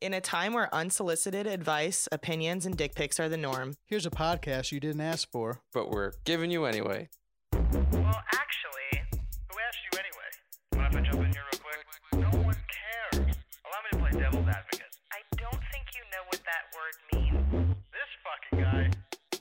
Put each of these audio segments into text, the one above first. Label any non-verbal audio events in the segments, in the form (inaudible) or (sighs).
In a time where unsolicited advice, opinions, and dick pics are the norm, Here's a podcast you didn't ask for. but we're giving you anyway. Well, actually, who asked you anyway? Mind if I jump in here real quick? No one cares. Allow me to play devil's advocate. I don't think you know what that word means. This fucking guy.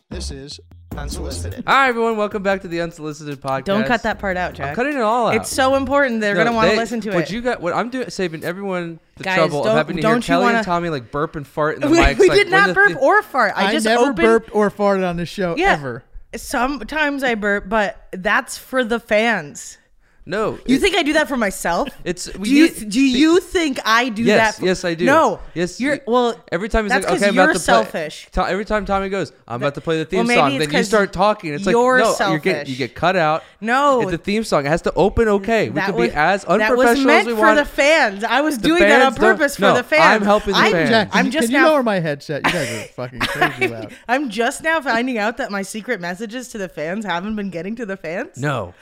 This is unsolicited. All right, everyone, welcome back to the Unsolicited Podcast. Don't cut that part out, Jack. I'm cutting it all out. It's so important. They're No, gonna want they- to listen to what it. you got? What I'm doing, saving everyone the Guys, trouble of don't- having to hear don't you Kelly and wanna- Tommy like burp and fart in the (laughs) we mics. we like, did when not the burp thi- or fart. I, I, just never opened. burped or farted on this show Yeah. ever. Sometimes I burp, but that's for the fans. no. You it- think I do that for myself? it's we do you, need- do you think I do Yes, that? For, yes, I do. No, Yes, You're you- well. Every time he's that's like, "Okay, 'cause I'm about you're to play- selfish. To- every time Tommy goes, "I'm about to play the Well, theme maybe song," it's then you 'cause start talking. It's like, you're no, you get selfish. you get cut out. No. it's the theme song. It has to open. Okay, we That can was- be as that unprofessional was meant as we for want. the fans. I was The doing that on fans don't- purpose no, for the fans. I'm helping the I- fans. Jack, can I'm you, just can you now- (laughs) lower my headset? You guys are fucking crazy loud. I'm just now finding out that my secret messages to the fans haven't been getting to the fans. no,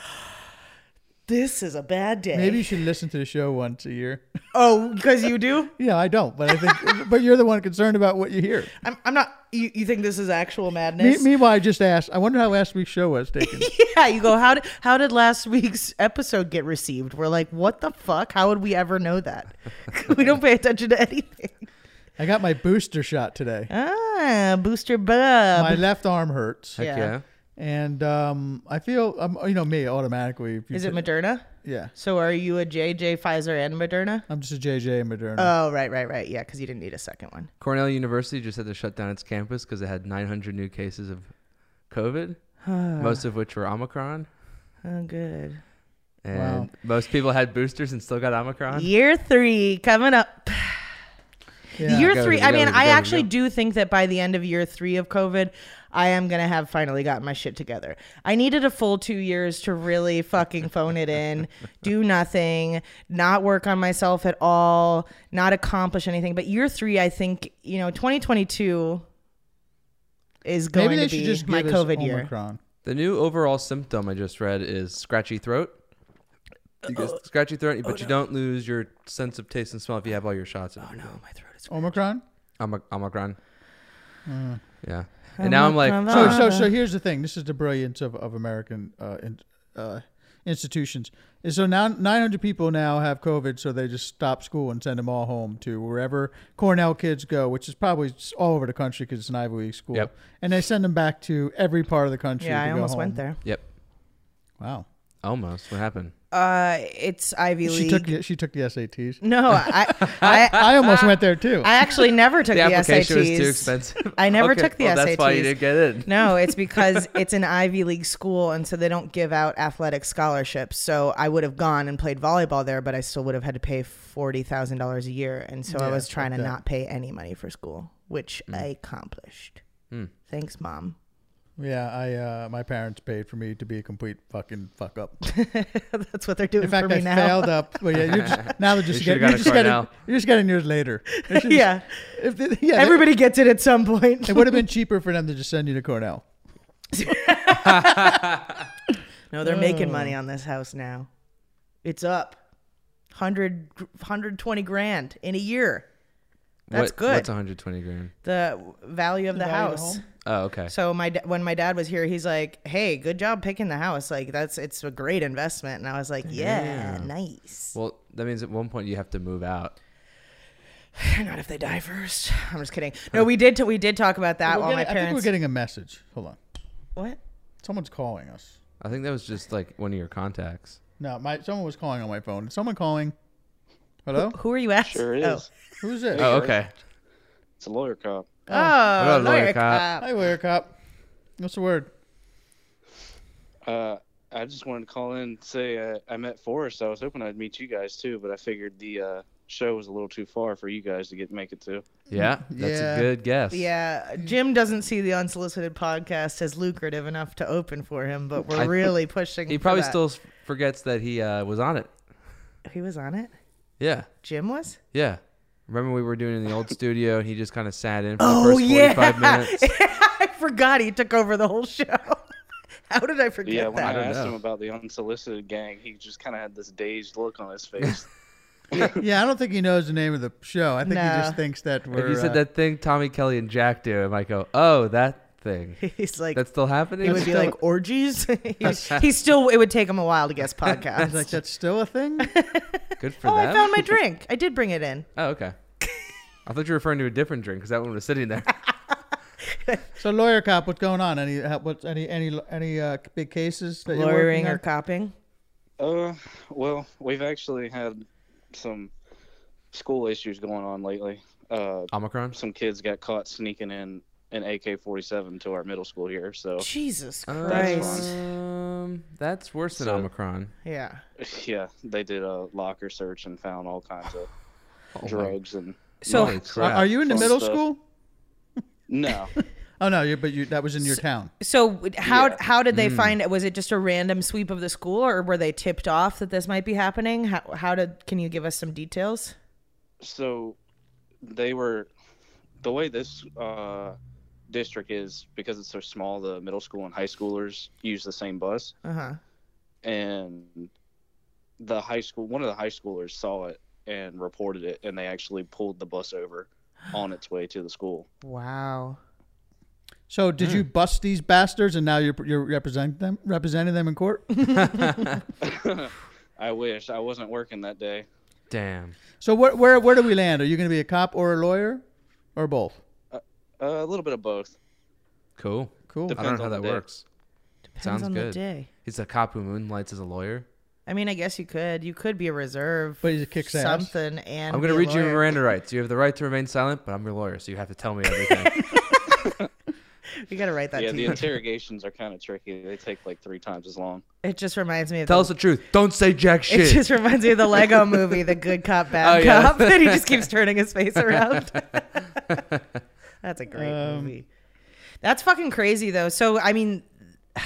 This is a bad day. Maybe you should listen to the show once a year. Oh, because you do? Yeah, I don't, but I think, but you're the one concerned about what you hear. I'm, I'm not. You, you think this is actual Me, madness? meanwhile, I just asked. I wonder how last week's show was (laughs) taken. Yeah, you go. How did how did last week's episode get received? We're like, what the fuck? How would we ever know that? (laughs) we don't pay attention to anything. I got my booster shot today. Ah, booster bub. My left arm hurts, Heck Yeah. yeah. and um, I feel, um, you know, me automatically. If you is it t- Moderna? Yeah, So are you a JJ Pfizer and Moderna? I'm just a JJ Moderna. Oh, right, right, right. Yeah, because you didn't need a second one. Cornell University just had to shut down its campus because it had 900 new cases of (sighs) COVID, most of which were Omicron. Oh, good. And Wow. most people had boosters and still got Omicron. Year three coming up. yeah. year Go, three. go, I mean, go, I go, actually go. do think that by the end of year three of COVID, I am gonna have finally gotten my shit together. I needed a full two years to really fucking phone it in, do nothing, not work on myself at all, not accomplish anything. But year three, I think you know, 2022 is going Maybe they to should be just my give COVID us year. Omicron. The new overall symptom I just read is scratchy throat. Uh, You get scratchy throat, oh, but you don't lose your sense of taste and smell if you have all your shots. Oh no, my throat is Omicron. Omi- Omicron. Yeah. And now I'm like, Mm. oh, Omicron. So, Uh, so, so here's the thing. This is the brilliance of, of American uh, in, uh, institutions. And so now 900 people now have COVID, so they just stop school and send them all home to wherever Cornell kids go, which is probably s- all over the country because it's an Ivy League school. Yep. And they send them back to every part of the country. Yeah, to I go almost home. went there. yep, Wow. almost. What happened? Uh, it's Ivy She League. took the- she took the SATs. no, I, I, I almost went there too. I actually never took The the, application SATs. was too expensive. I (laughs) never Okay, took the well, SATs. That's why you didn't get in. No, it's because it's an Ivy League school, and so they don't give out athletic scholarships. So I would have gone and played volleyball there, but I still would have had to pay forty thousand dollars a year, and so I Yeah, was trying to fuck that. Hmm. not pay any money for school, which I accomplished. Thanks, mom. (laughs) yeah, I uh, my parents paid for me to be a complete fucking fuck up. That's what they're doing In fact, for me I now. failed up. Well, yeah, you're just, now they're just should've getting, got you're a just getting, Cornell. you're just getting yours (laughs) later. They should've- (laughs) yeah, If they, yeah, they- everybody gets it at some point. It would have (laughs) been cheaper for them to just send you to Cornell. (laughs) No, they're making money Oh. on this house now. It's up 100, 120 grand in a year. That's What- good. What's 120 grand? the value of the, value of the house. home? Oh, okay. So my da- when my dad was here, he's like, "Hey, good job picking the house. Like that's it's a great investment." And I was like, "Yeah, (sighs) nice." (sighs) Well, that means at one point you have to move out. Not if they die first. (sighs) I'm just kidding. No, we did. T- we did talk about that We're while my getting- I think we're parents. getting a message. Hold on. what? Someone's calling us. I think that was just like one of your contacts. No, my someone was calling on my phone. Is someone calling? Hello? Who are you asking? Sure is. Oh, Who's it? Oh, okay. It's a lawyer cop. oh, about lawyer lawyer cop? cop. Hi, lawyer cop. What's the word? Uh, I just wanted to call in and say uh, I met Forrest. I was hoping I'd meet you guys too, but I figured the uh, show was a little too far for you guys to get make it to. Yeah, that's Yeah. a good guess. Yeah, Jim doesn't see the unsolicited podcast as lucrative enough to open for him, but we're I- really pushing. He for probably that. still s- forgets that he uh, was on it. He was on it. Yeah, Jim was. yeah. Remember we were doing it in the (laughs) old studio and he just kind of sat in for Oh, the first 45 yeah. (laughs) minutes. I forgot he took over the whole show. (laughs) How did I (laughs) forget yeah, when that? I, don't asked know. him about the unsolicited gang, he just kind of had this dazed look on his face. Yeah, I don't think he knows the name of the show. I think he No. just thinks that we're. If you said uh, that thing Tommy Kelly and Jack do, I might go, oh, that thing. He's like, That's still happening? he would be like orgies. (laughs) He's- He's still. It would take him a while to guess I was (laughs) podcast. like that's still a (laughs) thing. Good for oh, them. I found my drink. I did bring it in. oh, okay. I thought you were referring to a different drink because that one was sitting (laughs) there. so lawyer cop, what's going on? Any uh, what's any any any uh, big cases that you're Lawyering working or on? copying? Uh, well, we've actually had some school issues going on lately. Uh, Omicron? some kids got caught sneaking in an AK-47 to our middle school here. So Jesus Uh, Christ! Um, that's worse than So- Omicron. yeah. (laughs) yeah, they did a locker search and found all kinds (sighs) of drugs and So Oh Holy Are, crap. are you in the Fun middle stuff. school? no, Oh no, you but you that was in your town. So w- how Yeah. how did they find it? Was it just a random sweep of the school, or were they tipped off that this might be happening? How how did? Can you give us some details? so they were the way this uh, district is because it's so small. The middle school and high schoolers use the same bus. Uh Uh-huh. huh. and the high school one of the high schoolers saw it and reported it and they actually pulled the (gasps) bus over on its way to the school Wow. So did Hmm. you bust these bastards and now you're you're representing them representing them in court? (laughs) i wish i wasn't working that day Damn. so where where where do we land? Are you going to be a cop or a lawyer, or both? uh, a little bit of both Cool. Cool. I don't know Depends how on that the day. works. Depends Sounds on the good. day. He's a cop who moonlights as a lawyer. I mean, I guess you could. You could be a reserve. But he kicks ass. something. And I'm going to be a read you your lawyer. Miranda rights. You have the right to remain silent, but I'm your lawyer, so you have to tell me (laughs) everything. You gotta write that. yeah to the you. interrogations are kind of tricky they take like three times as long It just reminds me of tell the- us the truth. Don't say jack shit. It just reminds me of the (laughs) Lego movie, the good cop, bad Oh, yeah. cop. And he (laughs) just keeps turning his face around. That's a great Um, movie. That's fucking crazy, though. So, I mean,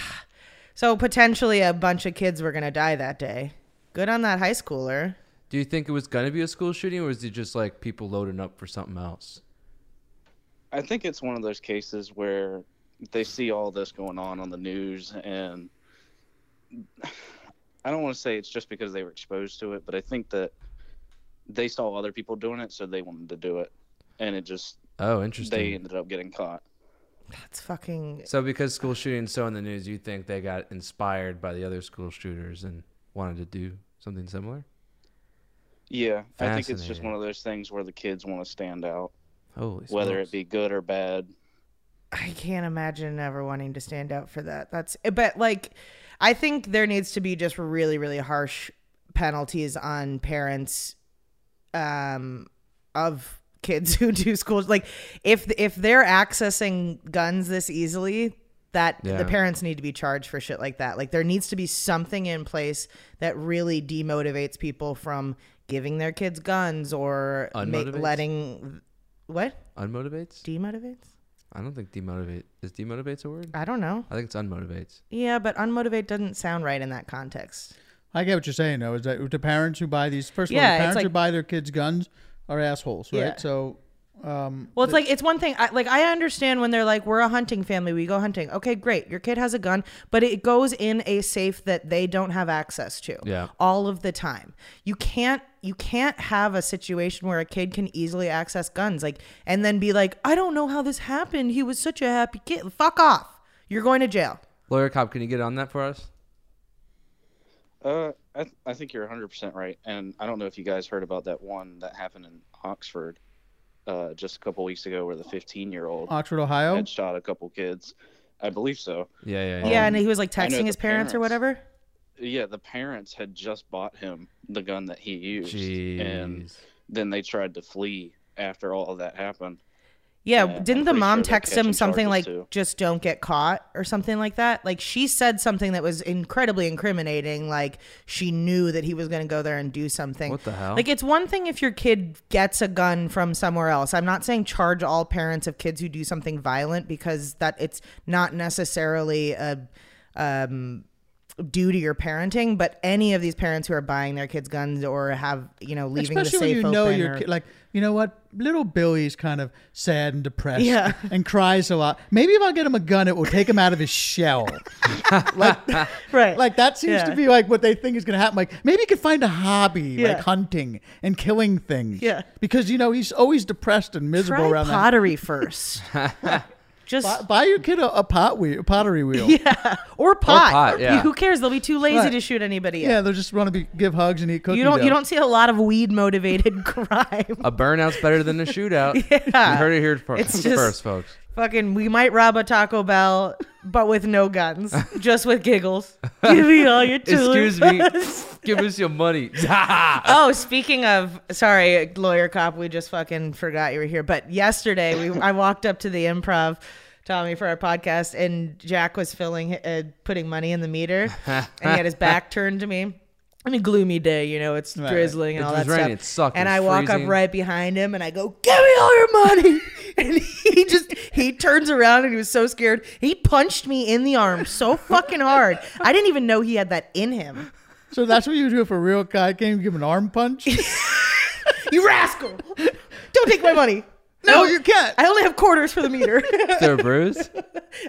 (sighs) so potentially a bunch of kids were going to die that day. Good on that high schooler. Do you think it was going to be a school shooting, or was it just like people loading up for something else? i think it's one of those cases where they see all this going on on the news and i don't want to say it's just because they were exposed to it but i think that they saw other people doing it so they wanted to do it and it just Oh, they interesting. ended up getting caught. That's fucking. So because school shootings so in the news, you think they got inspired by the other school shooters and wanted to do something similar? Yeah, I think it's just Fascinating. one of those things where the kids want to stand out, Holy whether smokes. it be good or bad. I can't imagine ever wanting to stand out for that. That's but like I think there needs to be just really really harsh penalties on parents um of kids (laughs) who do schools like if if they're accessing guns this easily that Yeah. the parents need to be charged for shit like that. Like there needs to be something in place that really demotivates people from giving their kids guns or ma- Unmotivates? letting what? unmotivates? Demotivates? I don't think demotivate is demotivates a word. I don't know. I think it's unmotivates. Yeah, but unmotivate doesn't sound right in that context. I get what you're saying though. Is that the parents who buy these first of Yeah, all, the it's parents who like- buy their kids guns are assholes, right? Yeah. So, um, Well, it's like it's one thing. I, like I understand when they're like, "We're a hunting family. We go hunting." Okay, great. Your kid has a gun, but it goes in a safe that they don't have access to. Yeah. all of the time. You can't. You can't have a situation where a kid can easily access guns, like, and then be like, "I don't know how this happened. He was such a happy kid." Fuck off. You're going to jail. Lawyer cop, can you get on that for us? Uh, I, th- I think you're 100% right. And I don't know if you guys heard about that one that happened in Oxford uh, just a couple weeks ago where the 15 year old Oxford, Ohio. had shot a couple kids. I believe so. Yeah, yeah, yeah. yeah, and he was like I know texting the his parents, or parents. whatever. Yeah, the parents had just bought him the gun that he used. And Jeez. then they tried to flee after all of that happened. Yeah, Yeah, I'm didn't the pretty mom sure they're text him catching something like charges, too. just don't get caught or something like that? Like she said something that was incredibly incriminating, like she knew that he was going to go there and do something. What the hell? Like it's one thing if your kid gets a gun from somewhere else. I'm not saying charge all parents of kids who do something violent because that it's not necessarily a um due to your parenting, but any of these parents who are buying their kids guns or have you know leaving Especially when you the safe open know your or- kid, like, you know what? Little Billy's kind of sad and depressed Yeah. and cries a lot. Maybe if I get him a gun, it will take him out of his shell. (laughs) like, right like that seems to Yeah. be like what they think is going to happen. Like maybe you could find a hobby, like Yeah. hunting and killing things. Yeah. Because you know he's always depressed and miserable try around that. pottery first. Just Buy, buy your kid a, a pot wheel, pottery wheel. Yeah. or pot. pot, yeah. Who cares? They'll be too lazy Right. to shoot anybody. up. they'll just want to be give hugs and eat cookies. You don't. You don't see a lot of weed motivated (laughs) crime. A burnout's better than a shootout. (laughs) Yeah. You heard it here fir- It's just- first, (laughs) folks. Fucking, we might rob a Taco Bell, but with no guns, just with giggles. (laughs) Give me all your tools. Excuse me. Give us your (laughs) money. (laughs) Oh, speaking of, sorry, lawyer cop, we just fucking forgot you were here. But yesterday, we I walked up to the improv, Tommy, for our podcast, and Jack was filling, uh, putting money in (laughs) the meter, and he had his back turned to me. I mean, gloomy day, you know, it's drizzling and It all was that raining, stuff. it sucked, it And was I walk freezing. up right behind him, and I go, "Give me all your money!" (laughs) and he just he turns around, and he was so scared, he punched me in the arm so fucking hard. I didn't even know he had that in him. So that's what you do if a real guy came give him an arm (laughs) punch. You rascal! Don't take my (laughs) money. no, you can't. I only have quarters for (laughs) the meter. Is there a bruise?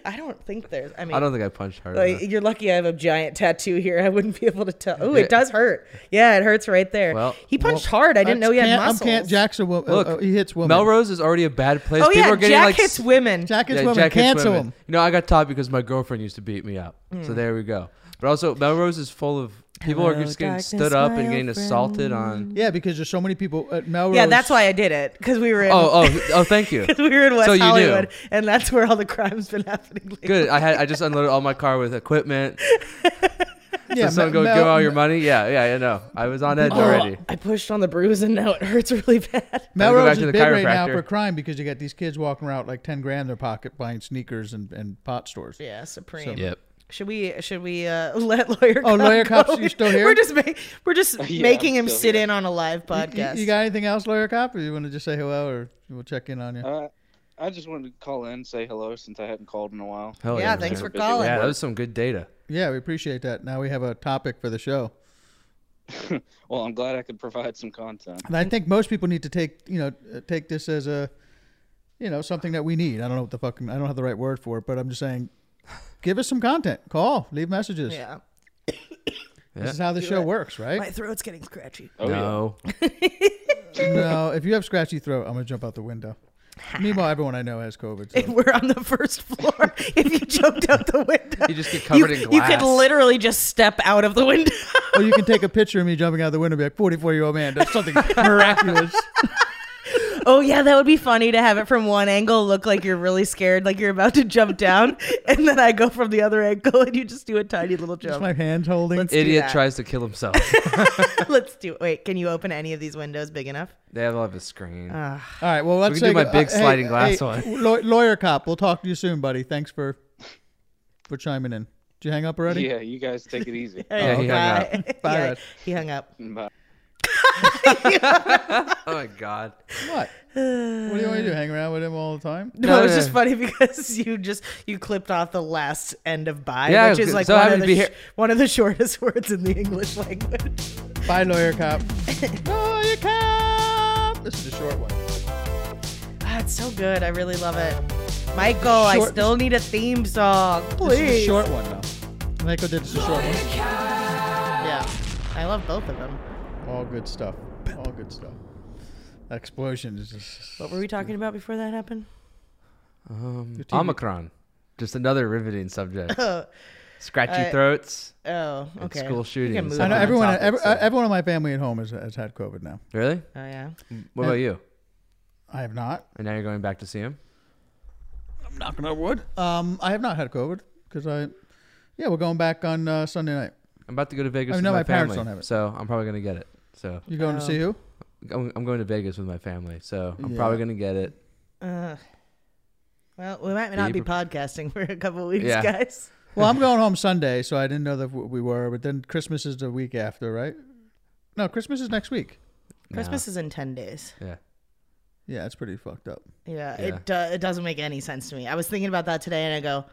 I don't think there's. I mean, I don't think I punched hard like, enough. you're lucky I have a giant tattoo here. I wouldn't be able to tell. Oh, Yeah. it does hurt. Yeah, it hurts right there. Well- he punched hard. I didn't know he had Can't- muscles. I'm can't. Jack's a woman. Look, Oh, he hits women. Melrose is already a bad place. oh People yeah, are getting Jack like hits s- women. Jack hits yeah, women. Jack hits Cancel women. him. You know, I got taught because my girlfriend used to beat me up. So there we go. But also, Melrose is full of people are Hmm. Hello, just getting stood darkness, up my and old getting assaulted on. Yeah, because there's so many people at Melrose. yeah, that's why I did it because we were in. Oh, oh, (laughs) oh! Thank you. 'cause we were in West So you knew. Hollywood, and that's where all the crime's been happening. Lately. Good. I had I just unloaded all my car with (laughs) equipment. Yeah, so Mel- someone go Mel- give all your money. Yeah, yeah, I know. I was on edge Oh, already. I pushed on the bruise, and now it hurts really (laughs) bad. Gotta go Melrose back is to the big right now chiropractor. for crime because you got these kids walking around with like ten grand in their pocket buying sneakers and, and pot stores. Yeah, supreme. Yep. Should we should we uh, (laughs) let lawyer? Oh, Cop Lawyer go? Cop's- you still here? We're just ma- (laughs) we're just Yeah, making I'm him still sit here. in on a live You, podcast. you got anything else, lawyer cop, or you want to just say hello, or we'll check in on you? Uh, I just wanted to call in, say hello since I haven't called in a while. Hell yeah, thanks man. for Busy with calling. Yeah, that was some good data. yeah, we appreciate that. Now we have a topic for the show, Well, I'm glad I could provide some content. and I Mm-hmm. think most people need to take you know uh, take this as a you know something that we need. I don't know what the fucking I don't have the right word for it, but I'm just saying, give us some content, call, leave messages. yeah, This is how the show works, right? my throat's getting scratchy. Oh, no. no, if you have scratchy throat, I'm gonna jump out the (laughs) window. Meanwhile, everyone I know has COVID. So. (laughs) We're on the first floor. (laughs) if you jumped out the window, You just get covered you- in You could glass. literally just step out of (laughs) the window. or you can take a picture of me jumping out the window and be like, 44 year old man does (laughs) something miraculous. oh yeah, that would be funny to have it from one angle look like you're really scared, like you're about to jump down, (laughs) and then I go from the other angle and you just do a tiny little Just jump. my hands holding. Let's- do Idiot that. tries to kill (laughs) himself. Let's do. Wait, can you open any of these windows big enough? they all have a screen. Oh, All right, well, let's We can do say- my big hey, sliding glass hey, (laughs) one. law- lawyer cop, we'll talk to you soon, buddy. Thanks for for chiming in. Did you hang up already? Yeah, you guys take (laughs) it easy. yeah, he hung up. Bye. Bye, (laughs) Yeah, Rod. he hung up. Bye. Oh my god. What? what do you want to do? Hang around with him all the time? No, No, it was no, just no. funny (laughs) because you just you clipped off the last end of "by," Yeah, which is so like I one, happen to of the be sh- here- one of the (laughs) shortest words in the English language. Bye, lawyer cop. lawyer cop. This is a short one. Ah, it's so good. I really love it. Michael, I Short- still need a theme song, This is a please. short one, though. Michael did this a short one. Yeah, I love both of them. All good stuff. All good stuff. Explosion is just. What were we talking about before that happened? Um, TV. Omicron. Just another riveting subject. (laughs) Oh, Uh, Scratchy I- throats. oh, okay. school We can shootings. move I I know on. Different everyone. topics, every, so- Everyone in my family at home has, has had COVID now. Really? Oh yeah. What about you? I have not. And now you're going back to see him? Knocking on wood. Um, I have not had COVID because I, yeah, we're going back on uh, Sunday night. I'm about to go to Vegas I with know my, Oh, my family. parents don't have it. So I'm probably going to get it. So You going to see who? I'm, I'm going to Vegas with my family. So I'm Yeah. probably going to get it. Ugh. well, we might not be you pre- podcasting (laughs) for a couple weeks, Yeah. guys. Well, I'm going home Sunday, so I didn't know that w- we were. But then Christmas is the week after, right? No, Christmas is next week. Christmas is in ten days. Yeah. Yeah, it's pretty fucked up. Yeah, Yeah. it do- it doesn't make any sense to me. I was thinking about that today, and I go,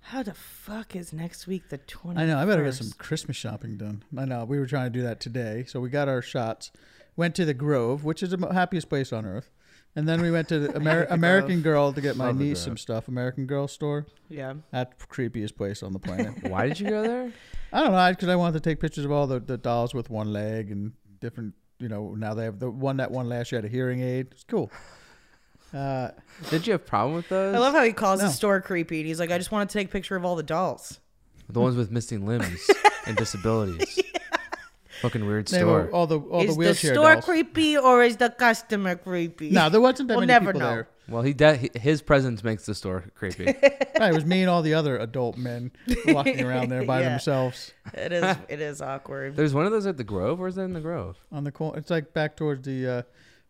How the fuck is next week the 20th? I know. I better get some Christmas shopping done. I know. We were trying to do that today, so we got our shots. Went to the Grove, which is the mo- happiest place on earth, and then we went to the Amer- American Girl to get my Love the niece Grove. some stuff. American Girl store. Yeah. That creepiest place on the planet. (laughs) Why did you go (laughs) there? I don't know because I wanted to take pictures of all the, the dolls with one leg and different. You know, now they have the one that one last year had a hearing aid. It's cool. Uh, Did you have a problem with those? I love how he calls No. the store creepy. And he's like, I just want to take a picture of all the dolls. the ones with missing limbs and (laughs) disabilities. Fucking weird they have store. all the all the is the wheelchair store dolls. creepy or is the customer creepy? no, there wasn't that We'll many never people know. there. Well, he de- he- his presence makes the store (laughs) creepy. Right, it was me and all the other adult men walking around there by (laughs) Yeah. themselves (laughs) It is. It is awkward. There's one of those at the Grove, or is that in the Grove? on the corner. It's like back towards the uh,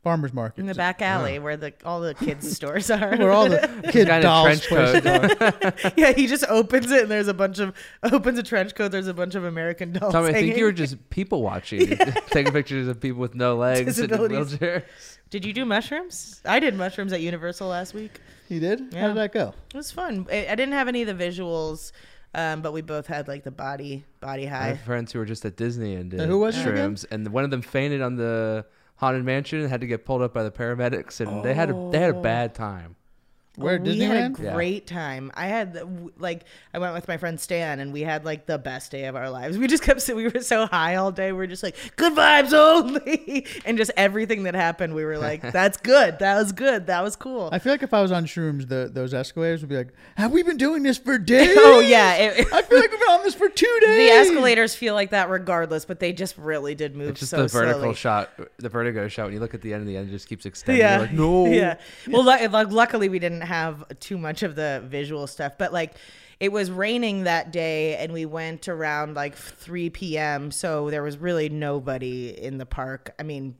farmers market. In the back alley where the all the kids' stores are. (laughs) Ah. where all the kid guy in a dolls trench places are. (laughs) yeah, he just opens it and there's a bunch of opens a trench coat. There's a bunch of American dolls. Tommy, I think you were hanging. just people watching, (laughs) (laughs) taking pictures of people with no legs and in Disabilities. wheelchairs. Did you do mushrooms? I did mushrooms at Universal last week. (laughs) He did. How Yeah. did that go? It was fun. I, I didn't have any of the visuals, um, but we both had like the body body I high. have friends who were just at Disney and did who was it again? shrooms, and one of them fainted on the haunted mansion and had to get pulled up by the paramedics, and they had a, they had a Oh. bad time. Where we had a Disneyland? Yeah. great time. I had the- w- like I went with my friend Stan, and we had like the best day of our lives. We just (laughs) kept sit- we were so high all day. We were just like good vibes only, (laughs) and just everything that happened, we (laughs) were like, that's good, that was good, that was cool. I feel like if I was on shrooms, the, those escalators would be like, "Have we been doing this (laughs) for days?" (laughs) oh yeah, it, I feel like we've been on this for two the days. escalators feel like that regardless, but they just really did move It's just so the vertical slowly. shot, the vertigo shot. When you look at the end, and the end just keeps extending. Yeah. You're like, no. (laughs) Yeah. Well, lu- like, luckily we didn't have too much of the visual stuff, but like it was raining that day and we went around like 3 p.m. So there was really nobody in the park. I mean,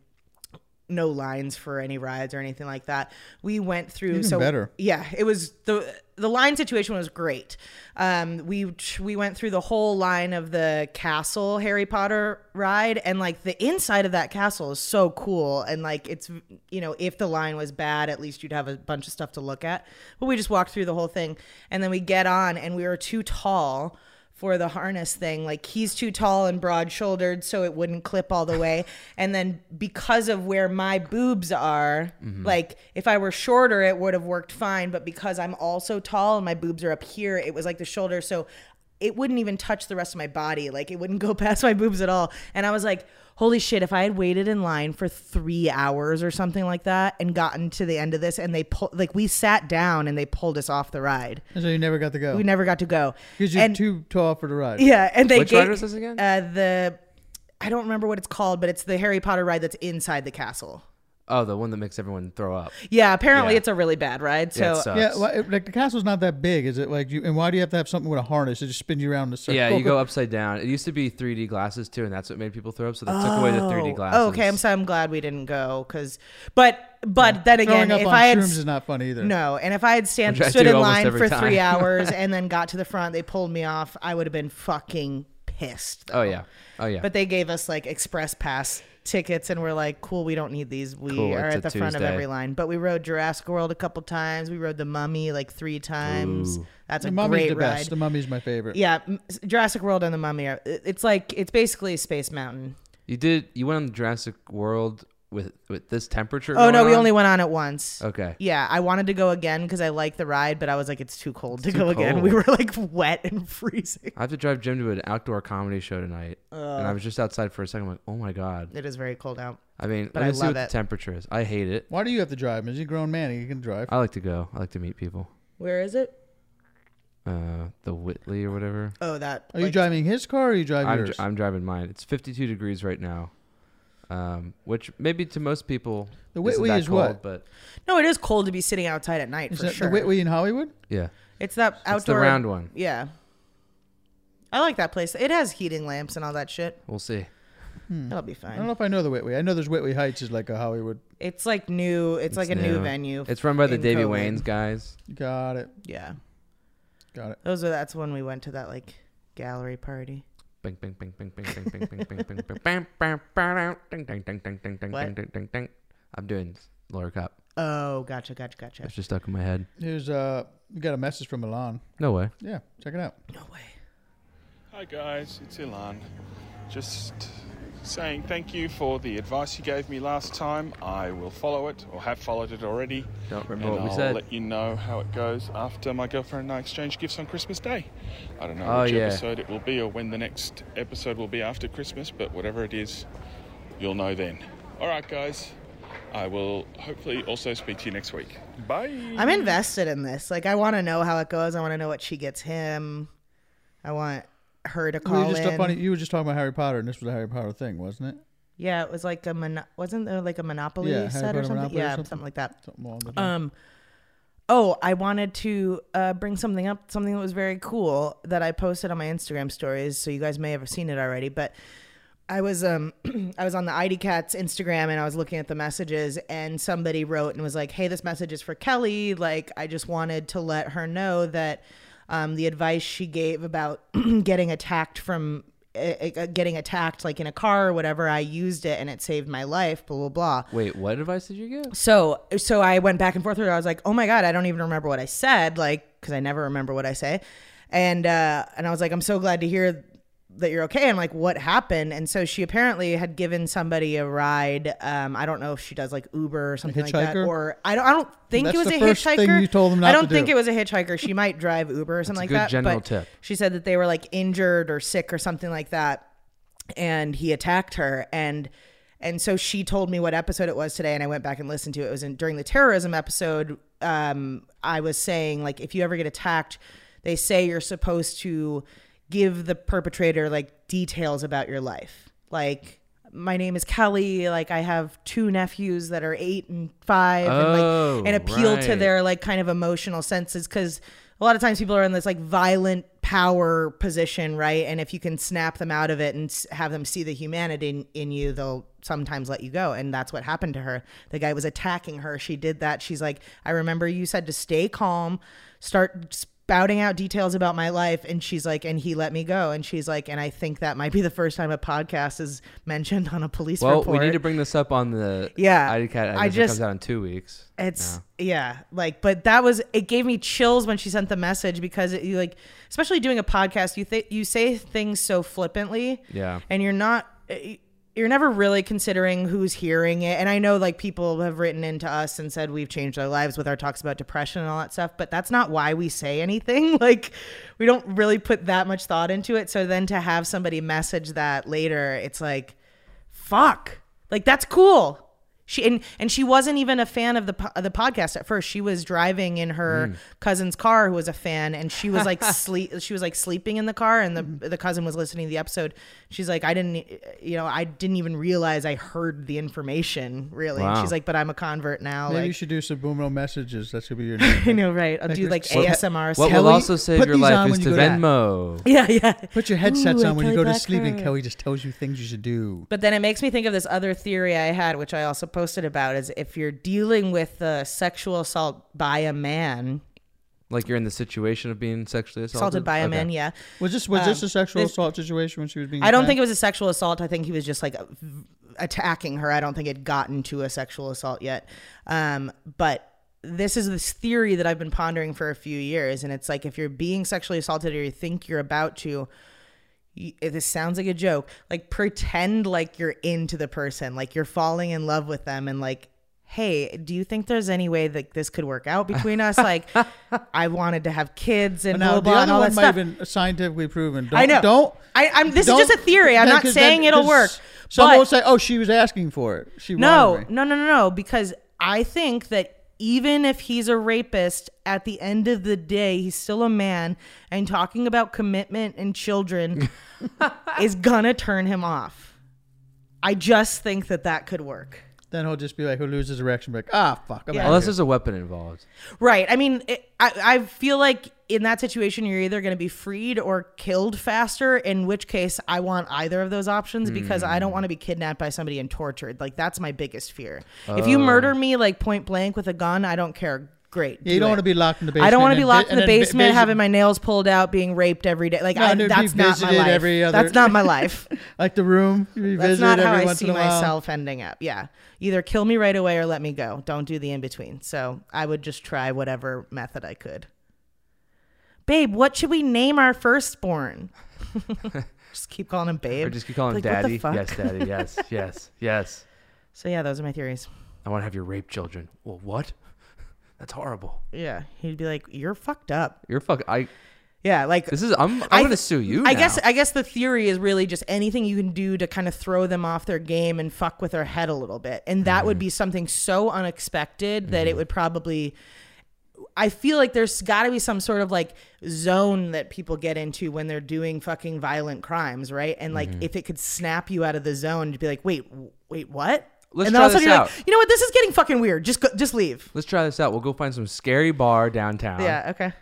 no lines for any rides or anything like that. We went through so better. yeah, it was the the line situation was great. Um, we we went through the whole line of the castle Harry Potter ride, and like the inside of that castle is so cool. And like it's you know if the line was bad, at least you'd have a bunch of stuff to look at. But we just walked through the whole thing, and then we get on, and we were too tall for the harness thing. Like he's too tall and broad shouldered, so it wouldn't clip all (laughs) the way. And then because of where my boobs are, Mm-hmm. like if I were shorter, it would have worked fine. But because I'm also tall and my boobs are up here, it was like the shoulder. So it wouldn't even touch the rest of my body. Like it wouldn't go (laughs) past my boobs at all. And I was like, holy shit, if I had waited in line for three hours or something like that and gotten to the end of this and they pulled, like we sat down and they pulled us off the ride. And so you never got to go We never got to go. because you're And- too tall for the ride. yeah, and they Which gave, ride was this again? Uh, the I don't remember what it's called, but it's the Harry Potter ride that's inside the castle. Oh, the one that makes everyone throw up. Yeah, apparently Yeah. it's a really bad ride. So Yeah, uh, it sucks. Yeah, why, it- like the castle's not that big, is it? Like, you, and why do you have to have something with a harness to just spin you around in a circle? Yeah, you go upside down. It used to be 3D glasses too, and that's what made people throw up. So they took away the 3D glasses. Oh, okay, I'm so I'm glad we didn't go because, but but (laughs) then Throwing again, up if on I had shrooms is not fun either. no, and if I had stand, Which I stood do in almost line every for time. three hours and then got to the front, they pulled me off. I would have been fucking pissed. Oh yeah. Oh yeah. But they gave us like express pass tickets and we're like, cool, we don't need these. We Cool, are it's at a the front of Tuesday. every line. But we rode Jurassic World a couple times. We rode The Mummy like three times. Ooh. That's the a mummy's great the ride. best. The mummy's my favorite. yeah, m- Jurassic World and The Mummy are, it- it's like, it's basically Space Mountain. you did. You went on the Jurassic World with with this temperature. Oh, no, going we on? only went on it once. Okay. Yeah, I wanted to go again because I like the ride, but I was like, it's too cold to too go again. We were cold. like (laughs) wet and freezing. I have to drive Jim to an outdoor comedy show tonight, Uh. and I was just outside for a second. I'm like, oh my god. It is very cold out. I mean, but let I me see love what the it. temperature is. I hate it. Why do you have to drive? Is he a grown man? He can drive. I like to go. I like to meet people. Where is it? Uh, the Whitley or whatever. Oh, that. Are you like- driving his car or are you driving I'm, yours? I'm driving mine. It's 52 degrees right now, um, which maybe to most people The isn't Whitley that is what? cold, But No, it is cold to be sitting outside at night is for that sure. the Whitley in Hollywood? yeah, It's that outdoor it's the round one. Yeah. I like that place. It has heating lamps and all that shit. We'll see. Hmm. That'll be I don't fine. know if I know the Whitley. I know there's Whitley Heights is like a Hollywood. It's like new. It's, like a new, venue. It's run by the in Davy COVID. Waynes guys. Got it. Yeah. Got it. Those are that's when we went to that like gallery party. Bing, bing, bing, bing, bing, bing, bing, bing, bing, bing, bing, bam, bam, ba-dum, ding, ding, ding, ding, ding, ding, What? ding, ding, ding, ding. I'm doing Laura Cup. Oh, gotcha, gotcha, gotcha. That's just stuck in my head. Here's uh, we got a message from Milan. No way. Yeah, check it out. No way. Hi guys, it's Ilan. Just saying thank you for the advice you gave me last time. I will follow it, or have followed it already. Don't And remember what we I'll said. let you know how it goes after my girlfriend and I exchange gifts on Christmas Day. I don't know Oh, which yeah. episode it will be, or when the next episode will be after Christmas, but whatever it is, you'll know then. All right, guys. I will hopefully also speak to you next week. Bye. I'm invested in this. Like, I want to know how it goes. I want to know what she gets him. I want her to We were call just in. up on e- it- You were just talking about Harry Potter, and this was a Harry Potter thing, wasn't it? Yeah, it was like a mon- wasn't there like a Monopoly Yeah, Harry set or Potter something? Monopoly or yeah, something. something. like that. Something along those lines. Um, oh, I wanted to uh, bring something up, something that was very cool that I posted on my Instagram stories. So you guys may have seen it already, but I was um (clears throat) I was on the ID Cats Instagram and I was looking at the messages and somebody wrote and was like, "Hey, this message is for Kelly. Like, I just wanted to let her know that um, the advice she gave about (clears throat) getting attacked from uh, uh, getting attacked like in a car or whatever, I used it and it saved my life. Blah blah blah." Wait, what advice did you give? So so I went back and forth with her. I was like, oh my god, I don't even remember what I said, like because I never remember what I say, and uh, and I was like, I'm so glad to hear that you're okay. I'm like, what happened? And so she apparently had given somebody a ride. Um, I don't know if she does like Uber or something like that, hitchhiker? or I don't I don't think That's it was the a first thing hitchhiker. you told them not I don't to think do. it was a hitchhiker. She might drive Uber or something good like that. general but tip. She said that they were like injured or sick or something like that and he attacked her and and so she told me what episode it was today and i went back and listened to it it was in, during the terrorism episode um i was saying like if you ever get attacked they say you're supposed to give the perpetrator like details about your life like my name is Kelly. Like I have two nephews that are eight and five, Oh, and like and appeal to right. their their like kind of emotional senses because a lot of times people are in this like violent power position right and if you can snap them out of it and s- have them see the humanity in, in you they'll sometimes let you go and that's what happened to her the guy was attacking her she did that she's like i remember you said to stay calm start spouting out details about my life and she's like and he let me go and she's like and i think that might be the first time a podcast is mentioned on a police Well, report we need to bring this up on the Yeah, ID cat. I, I guess it just- comes out in two weeks. It's yeah, like, but that was it. Gave me chills when she sent the message because it, you like, especially doing a podcast, you think you say things so flippantly, Yeah. and you're not. eh, You're never really considering who's hearing it. And I know like people have written into us and said we've changed our lives with our talks about depression and all that stuff, but that's not why we say anything. (laughs) Like we don't really put that much thought into it. So then to have somebody message that later, it's like, fuck like that's cool she and, and she wasn't even a fan of the po- of the podcast at first she was driving in her Mm. cousin's car who was a fan and she was (laughs) like sleep she was like sleeping in the car and Mm. the the cousin was listening to the episode she's like i didn't e-, you know i didn't even realize i heard the information really and Wow. she's like but i'm a convert now Maybe you like should do subliminal messages. That should be your (laughs) name. i know right i'll do you're- like What- asmr What stuff. will also save put your these on life is when to you go to that. Venmo. (laughs) yeah yeah Put your headsets Ooh, on when you I go to played sleep, and Blackheart. Kelly just tells you things you should do. But then it makes me think of this other theory I had, which I also posted about, is if you're dealing with the sexual assault by a man, Like you're in the situation of being sexually assaulted. assaulted by a Okay. man, yeah. Was this was this a sexual Um, this- assault situation when she was being? I don't think it was a sexual assault. I think he was just like v- attacking her. I don't think it gotten to a sexual assault yet. Um, but this is this theory that I've been pondering for a few years, and it's like if you're being sexually assaulted or you think you're about to, y- this sounds like a joke like pretend like you're into the person like you're falling in love with them and like hey do you think there's any way that this could work out between us (laughs) like i wanted to have kids and Now blah the blah, and other all that one might stuff have been scientifically proven. Don't, i know Don't. I, i'm this don't- is just a theory i'm Yeah, not 'cause then- saying it'll 'cause work Someone but- will say, "Oh, she was asking for it. She no, wanted me." no, no, no, no. Because I think that even if he's a rapist, at the end of the day, he's still a man, and talking about commitment (laughs) and children is gonna turn him off. I just think that that could work. Then he'll just be like, he'll lose his erection, be like, "Ah, fuck." I'm Yeah. out of Unless here." there's a weapon involved. Right. I mean, it, I, I feel like in that situation, you're either going to be freed or killed faster, in which case, I want either of those options because I Mm. don't want to be kidnapped by somebody Oh. and tortured. Like, that's my biggest fear. If you murder me, like, point blank with a gun, I don't care. great. Yeah, you do don't it. want to be locked in the basement. I don't want to be and locked vi- in the and then vi- basement, visit- having my nails pulled out, being raped every day. Like No, I, and it'd be that's not my visited life. every other- That's not (laughs) my life. like the room. You revisit that's not every how I once see in a while. myself ending up. Yeah, either kill me right away or let me go. Don't do the in between. So I would just try whatever method I could. Babe, what should we name our firstborn? (laughs) just keep calling him babe. Or just keep calling Like, what the daddy. fuck? Yes, daddy. Yes, (laughs) yes, yes. So yeah, those are my theories. I want to have your rape children. Well, what? (laughs) That's horrible. Yeah, he'd be like, "You're fucked up." You're fuck. I. Yeah, like This is. I'm. I'm I- gonna sue you. I guess now. I guess the theory is really just anything you can do to kind of throw them off their game and fuck with their head a little bit. And that Mm-hmm. would be something so unexpected that it would probably I feel like there's got to be some sort of like zone that people get into when they're doing fucking violent crimes, right? And like Mm-hmm. if it could snap you out of the zone to be like, "Wait, w- wait, what?" Let's and then all of a try sudden this you're out. like, "You know what? This is getting fucking weird. Just go, just leave." Let's try this out. We'll go find some scary bar downtown. yeah, okay.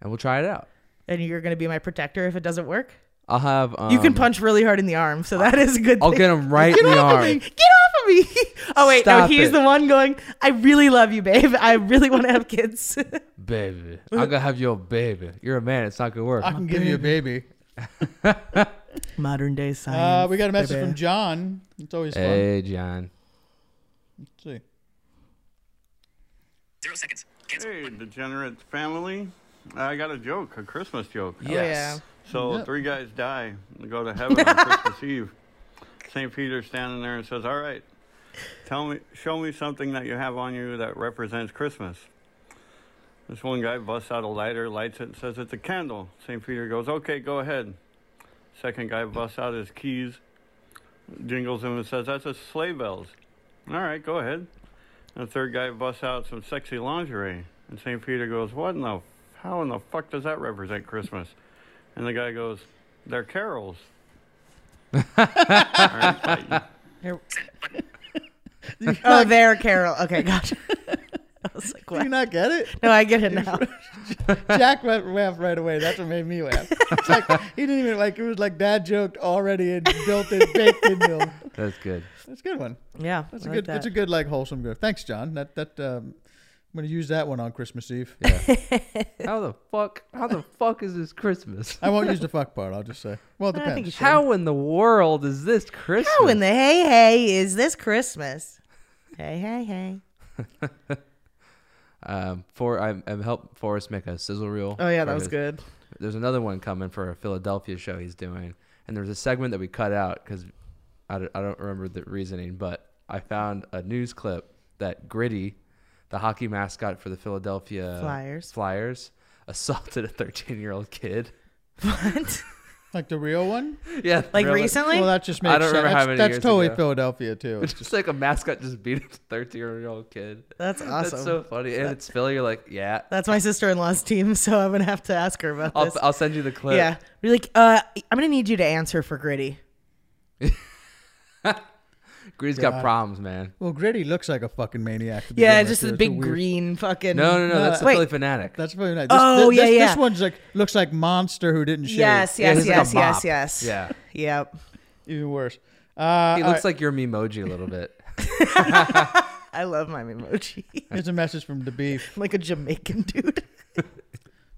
And we'll try it out. And you're going to be my protector if it doesn't work? I'll have. Um, You can punch really hard in the arm, so that is a good. I'll thing. get him right Get in the off arm. Of me. Get off of me! (laughs) oh wait, Stop no, he's it. the one going. I really love you, babe. I really want to have kids. (laughs) baby. I'm gonna have your baby. You're a man. It's not gonna (laughs) work. I can give you a baby. Modern day science. Uh, we got a message from John. It's always fun. hey, John. Let's see. Zero seconds. Cancel. Hey, degenerate family. I got a joke, a Christmas joke. Yes. So three guys die and go to heaven on Christmas Eve. St. Peter's standing there and says, All right, tell me, show me something that you have on you that represents Christmas. This one guy busts out a lighter, lights it, and says, It's a candle. St. Peter goes, Okay, go ahead. Second guy busts out his keys, jingles them, and says, That's a sleigh bells. All right, go ahead. And the third guy busts out some sexy lingerie. And St. Peter goes, What in the, how in the fuck does that represent Christmas? And the guy goes, They're carols. All right, bye. Oh, there, Carol. (laughs) Okay, gotcha. (laughs) I was like, Do you what? not get it? No, I get it now. Jack went- laughed right away. That's what made me laugh. It's like he didn't even like it was like dad joked already and built in baked in him. That's (laughs) good. That's a good one. Yeah, That's I a like good that. that's a good like wholesome go. Thanks, John. That that um I'm gonna use that one on Christmas Eve. How the fuck? How the fuck is this Christmas? (laughs) I won't use the fuck part, I'll just say. Well it I think you depends. should. How, How in the world is this Christmas? in Oh, the hey hey is this Christmas? Hey hey hey. um, for I'm, I'm help Forrest make a sizzle reel. Oh yeah, for that was his- good. (laughs) (laughs) There's another one coming for a Philadelphia show he's doing, and there's a segment that we cut out because I, don't- I don't remember the reasoning, but I found a news clip that Gritty, the hockey mascot for the Philadelphia Flyers. Flyers, assaulted a 13 year old kid. (laughs) What? Like the real one? Yeah, Like really. recently? Well that just I makes don't sense. remember how That's, many that's years totally ago. Philadelphia too. It's (laughs) It's just like a mascot just beat up a 13 year old kid. That's awesome. That's so funny. And it's Philly. You're like, yeah. That's my sister in law's team, so I'm gonna have to ask her about I'll, this. I'll send you the clip. yeah, we're like, uh, I'm gonna need you to answer for Gritty. Gritty's got problems, man. Well, Gritty looks like a fucking maniac. to begin Yeah, with, just too. the It's big weird- green fucking. No, no, no. That's the Wait. Philly fanatic. That's really nice. This, Oh, thi- yeah, this, yeah. This one's like looks like monster who didn't shave. Yes, Yeah, yes, he's like a yes, yes, mop. yes. Yeah. (laughs) Yep. even worse. Uh, He all looks like your Memoji a little bit. I love my (laughs) emoji. right. Here's a message from the beef. like a Jamaican dude. (laughs)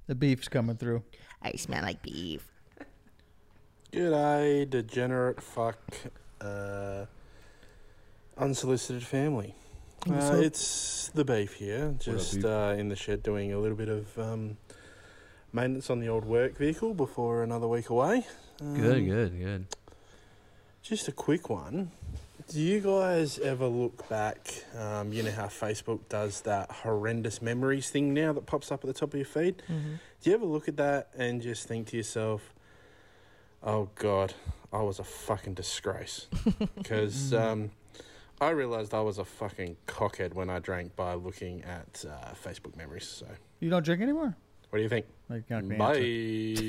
The beef's coming through. I smell like beef. G'day, degenerate fuck, uh, unsolicited family. Uh, it's the beef here, (laughs) just uh, in the shed doing a little bit of um, maintenance on the old work vehicle before another week away. Um, Good, good, good. Just a quick one. Do you guys ever look back? Um, you know how Facebook does that horrendous memories thing now that pops up at the top of your feed? Do you ever look at that and just think to yourself, oh God, I was a fucking disgrace? Because um, I realised I was a fucking cockhead when I drank by looking at uh, Facebook memories. So, You don't drink anymore? what do you think? Like, not gonna answer. Bye.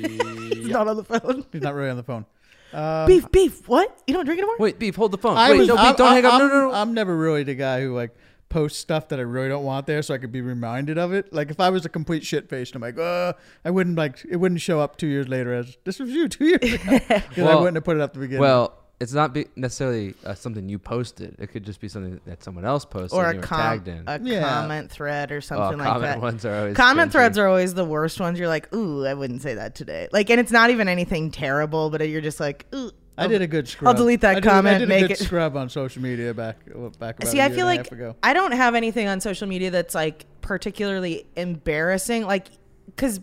He's not on the phone. He's not really on the phone. Um, beef, beef. What? You don't drink anymore? Wait, Beef, hold the phone. I Wait, was, no, I'm, Beef, don't hang up. No, I'm- Uh, no, no. I'm never really the guy who like posts stuff that I really don't want there, so I could be reminded of it. Like if I was a complete shit face, and I'm like, uh, I wouldn't like it wouldn't show up two years later as this was you two years ago because I Well- wouldn't have put it up to begin. with. Well, it's not be necessarily uh, something you posted. It could just be something that someone else posted or and a, you were com- tagged in. a Yeah. comment thread or oh, something like comment that. ones are always Comment cringy. threads are always the worst ones. You're like, ooh, I wouldn't say that today. Like, and it's not even anything terrible, but you're just like, ooh. I I'll- did a good scrub. delete that I did a- comment, I did a make good it- scrub on social media back back about See, a I year feel and a like half ago. I don't have anything on social media that's like particularly embarrassing. Like, because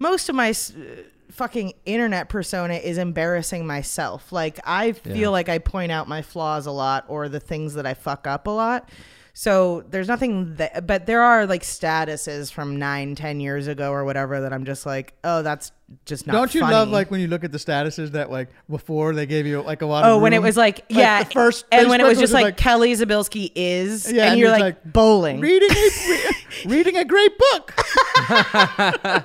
most of my s- uh, fucking internet persona is embarrassing myself. Like, I feel Yeah. like I point out my flaws a lot or the things that I fuck up a lot. So there's nothing that, but there are like statuses from nine, ten years ago or whatever that I'm just like, oh, that's just not. Don't you love funny." like when you look at the statuses that like before they gave you like a lot of Oh, when it room? was like, yeah, the first and when it Facebook was just like, like Kelly Zabilski is, Yeah, and, and you're it's like, like, bowling. reading (laughs) a, re- reading a great book. I,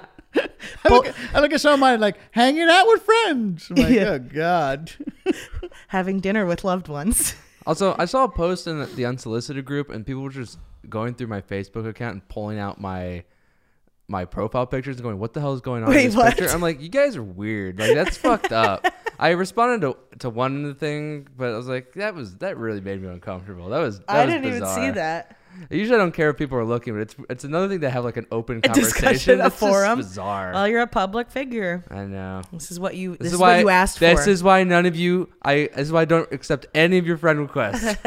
look at, I look at some of mine like hanging out with friends. I'm like, Yeah. oh god. (laughs) having dinner with loved ones. Also, I saw a post in the unsolicited group, and people were just going through my Facebook account and pulling out my my profile pictures and going, "What the hell is going on Wait, in this what? picture?" I'm like, "You guys are weird. Like that's fucked up." (laughs) I responded to to one thing, but I was like, "That was that really made me uncomfortable. That was that I was didn't even see bizarre." that. Usually, I don't care if people are looking, but it's it's another thing to have like an open conversation. (laughs) discussion, a That's just forum. bizarre. Well, you're a public figure. I know. This is what you. This, This, is, why what you asked This for. is why none of you. I. This is why I don't accept any of your friend (laughs) requests.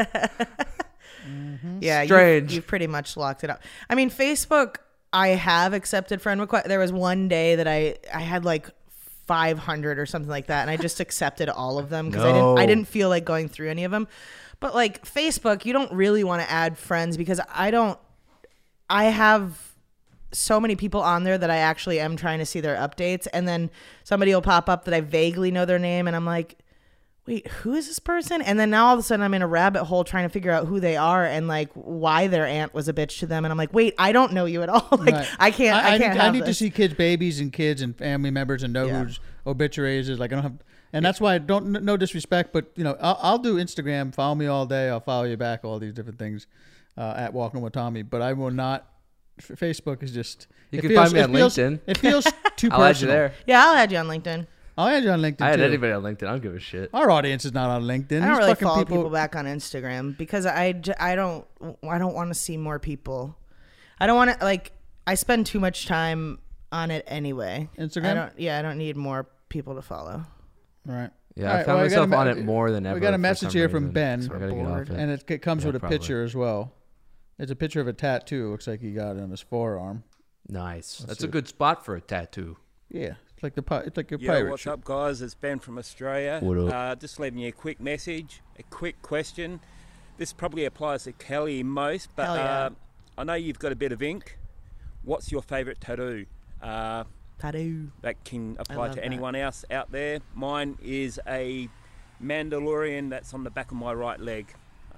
yeah, you've- strange. You've, pretty much locked it up. I mean, Facebook. I have accepted friend request. There was one day that I I had like. 500 or something like that and I just accepted all of them because I didn't I No. didn't feel like going through any of them. But like Facebook, you don't really want to add friends because I don't I have so many people on there that I actually am trying to see their updates. And then somebody will pop up that I vaguely know their name and I'm like, wait, who is this person? And then now all of a sudden I'm in a rabbit hole trying to figure out who they are and like why their aunt was a bitch to them. And I'm like, wait, I don't know you at all. (laughs) like Right. I can't, I, can't need, have I need to this. see kids, babies, and kids and family members, and know Yeah. whose obituaries is. Like I don't have, and that's why I don't. n- No disrespect, but you know, I'll, I'll do Instagram. Follow me all day. I'll follow you back. All these different things uh, at Walking with Tommy. But I will not. f- Facebook is just. You it can find me it on LinkedIn. It feels too personal. (laughs) I'll add you there. yeah, I'll add you on LinkedIn. I'll add you on LinkedIn. I had too. anybody on LinkedIn. I don't give a shit. Our audience is not on LinkedIn. I don't These really fucking follow people, back on Instagram because I, j- I don't I don't want to see more people. I don't want to like I spend too much time on it anyway. I Instagram? don't yeah, I don't need more people to follow. Right. Yeah, All I right, well, found got a myself me- on it more than ever. We got for a message some here from reason, Ben, so I gotta get off it. and it, c- comes Yeah, with a probably. picture as well. It's a picture of a tattoo. Looks like he got it on his forearm. Nice. That's a good spot for a tattoo. Yeah, it's like the pi- it's like a Yeah, pirate what's (laughs) ship. up, guys? It's Ben from Australia. What up? Uh, just leaving you a quick message, a quick question. This probably applies to Kelly most, but Hell yeah. uh, I know you've got a bit of ink. What's your favourite tattoo? Uh, Tattoo. that can apply love to that. anyone else out there. Mine is a Mandalorian that's on the back of my right leg.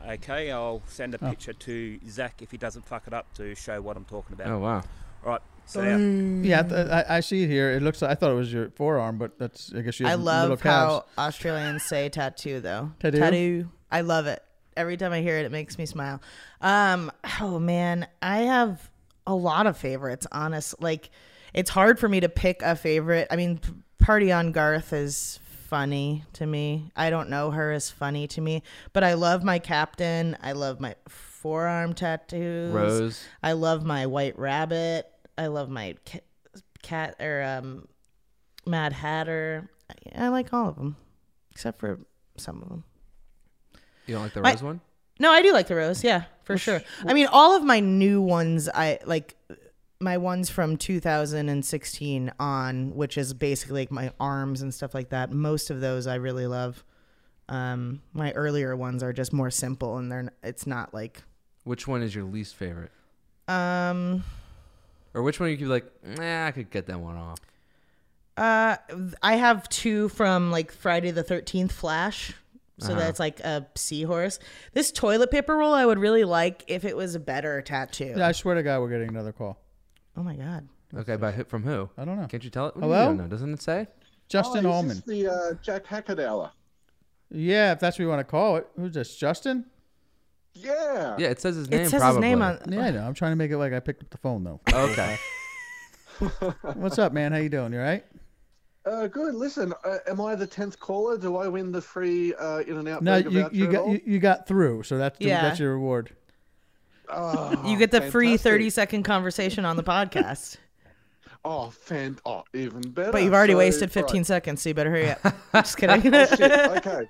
Okay, I'll send a picture to Zach if he doesn't fuck it up to show what I'm talking about. Oh wow. All right, so now- Um, Yeah, th- I, I see it here. It looks. Like, I thought it was your forearm, but that's. I guess you. I have little love calves. how Australians say tattoo though. Tattoo? I love it. Every time I hear it, it makes me smile. Um, oh man, I have a lot of favorites. Honest, like it's hard for me to pick a favorite. I mean, P- Party on Garth is funny to me. I don't know her as funny to me, but I love my captain. I love my forearm tattoos. Rose. I love my white rabbit. I love my ca- cat or um, Mad Hatter. I like all of them, except for some of them. You don't like the My- rose one? No, I do like the rose. Yeah, for sure. I mean, all of my new ones, I like my ones from 2016 on, which is basically like my arms and stuff like that. Most of those I really love. Um, my earlier ones are just more simple, and they're n- it's not like Which one is your least favorite? um Or which one you could be like, nah, I could get that one off. Uh, I have two from like Friday the Thirteenth Flash. So Uh-huh. that's like a seahorse. This toilet paper roll I would really like if it was a better tattoo. Yeah, I swear to God, we're getting another call. Oh my god. Okay, by who- from who? I don't know. Can't you tell it? What Hello? Do you don't know? Doesn't it say? Oh, Justin Hi, Allman. Is this the uh, Jack Hackett hour? Yeah, if that's what you want to call it. Who's this, Justin? Yeah. Yeah, it says his name. It says probably. his name on Yeah, I know. I'm trying to make (laughs) it like I picked up the phone though. (laughs) Okay. What's up, man? How you doing? You all right? Uh, good. Listen, uh, am I the tenth caller? Do I win the free uh, in and out? No, you, you got you, you got through, so that's the- Yeah. that's your reward. Oh, you get the Oh, free fantastic. 30 second conversation on (laughs) the podcast. Oh, fan! Oh, even better. But you've already So, wasted all right. 15 seconds, so you better (laughs) hurry up. I'm just kidding. (laughs) oh shit! Okay.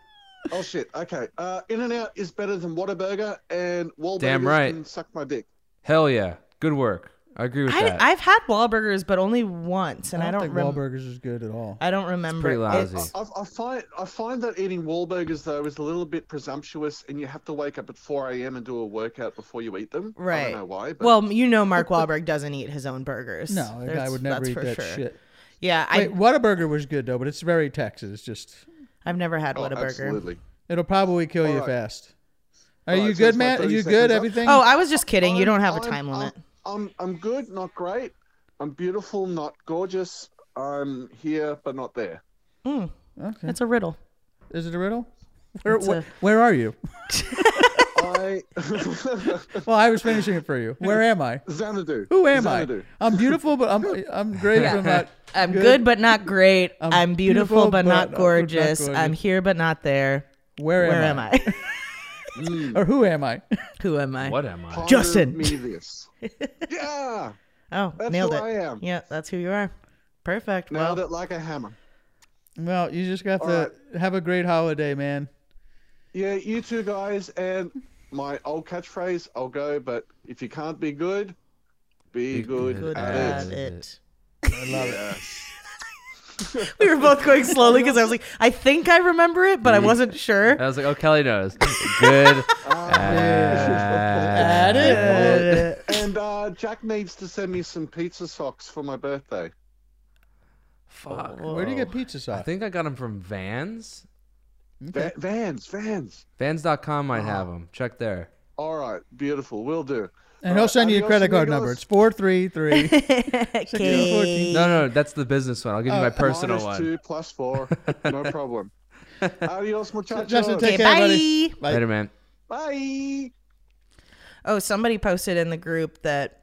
Oh shit! Okay. Uh, in and out is better than Whataburger, and Wahlburgers Damn right. can suck my dick. Hell yeah. Good work. I agree with I, that. I've had Wahlburgers, but only once, and I don't, think rem- Wahlburgers is good at all. I don't remember. pretty lousy. It's- I, I find I find that eating Wahlburgers though is a little bit presumptuous, and you have to wake up at 4 a.m. and do a workout before you eat (laughs) them. I Right. don't know why, but Well, you (laughs) know Mark Wahlberg doesn't eat his own burgers. No, that guy That's- would never that's eat for that sure. shit. Yeah, Wait, I, Whataburger was good though, but it's very Texas. It's just I've never had oh, Whataburger. absolutely. it'll probably kill you Alright. fast. Are Alright, you so good, it's my Matt? Are 30 you seconds good? up? Everything? Oh, I was just kidding. You I'm- don't have a I'm- time limit. I'm, I'm I'm good, not great. I'm beautiful, not gorgeous. I'm here, but not there. okay. It's a riddle. Is it a riddle? Where, It's where, a- where are you? I Well, I was finishing it for you. Where am I? Xanadu. Who am I? Xanadu. I'm beautiful, but I'm I'm great, but (laughs) not. I'm good, but not great. I'm I'm, beautiful, beautiful, but, but uh, not, not gorgeous. gorgeous. I'm here, but not there. Where am Where I? am I? Or who am I? (laughs) Who am I? what am I? Ponder Justin. me (laughs) this. yeah. Oh, That's nailed who it. I am. Yeah, that's who you are. Perfect. Nailed well, it like a hammer. Well, you just got to have a great holiday, man. Yeah, you two guys, and my old catchphrase, I'll go, but if you can't be good, be, Be good, good at, at it. it. I love it. (laughs) We were both going slowly because I was like, I think I remember it, but I wasn't sure. I was like, oh, Kelly knows. (laughs) Good. Uh, At it. (laughs) And uh, Jack needs to send me some pizza socks for my birthday. Fuck. Where do you get pizza sauce? I think I got them from Vans. (laughs) Va- vans, vans. Vans.com might have them. Check there. All right, beautiful. Will do. and Uh, he'll send you your Adios, credit card amigos. number. It's four three (laughs) three. Okay. No, no, that's the business one. I'll give you my personal Minus one. two plus (laughs) four. No problem. Adios, muchachos. Justin, take Okay, care, buddy. bye. Bye. Later, man. Bye. Oh, somebody posted in the group that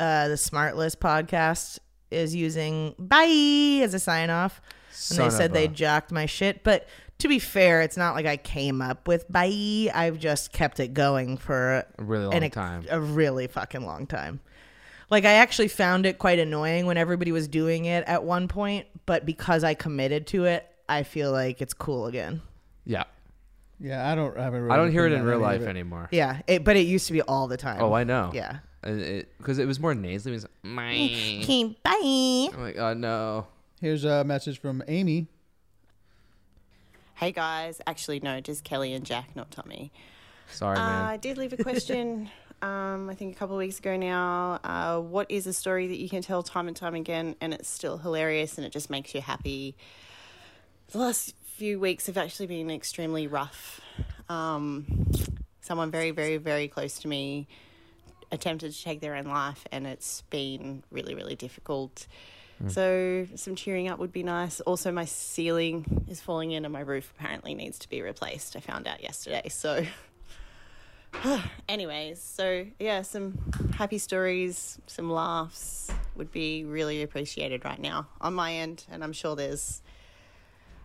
uh, the Smart List podcast is using bye as a sign off. And Son they of said they a- jocked my shit. But to be fair, it's not like I came up with bye. I've just kept it going for A really long an ex- time. A really fucking long time. Like I actually found it quite annoying when everybody was doing it at one point, but because I committed to it, I feel like it's cool again. Yeah. Yeah, I don't. I, haven't really I don't hear it done in real any of life it. anymore. Yeah, it, but it used to be all the time. Oh, I know. Yeah. Because it, was more nasally. It was like, Okay, bye. I'm like, oh, no. Here's a message from Amy. Hey guys, actually no, just Kelly and Jack, not Tommy. Sorry, Uh, I man. did leave a question. (laughs) um, I think a couple of weeks ago now. Uh, what is a story that you can tell time and time again, and it's still hilarious, and it just makes you happy? The last few weeks have actually been extremely rough. Um, someone very, very, very close to me attempted to take their own life, and it's been really, really difficult. So, some cheering up would be nice. Also, my ceiling is falling in, and my roof apparently needs to be replaced. I found out yesterday. So, anyways, so yeah, some happy stories, some laughs would be really appreciated right now on my end, and I'm sure there's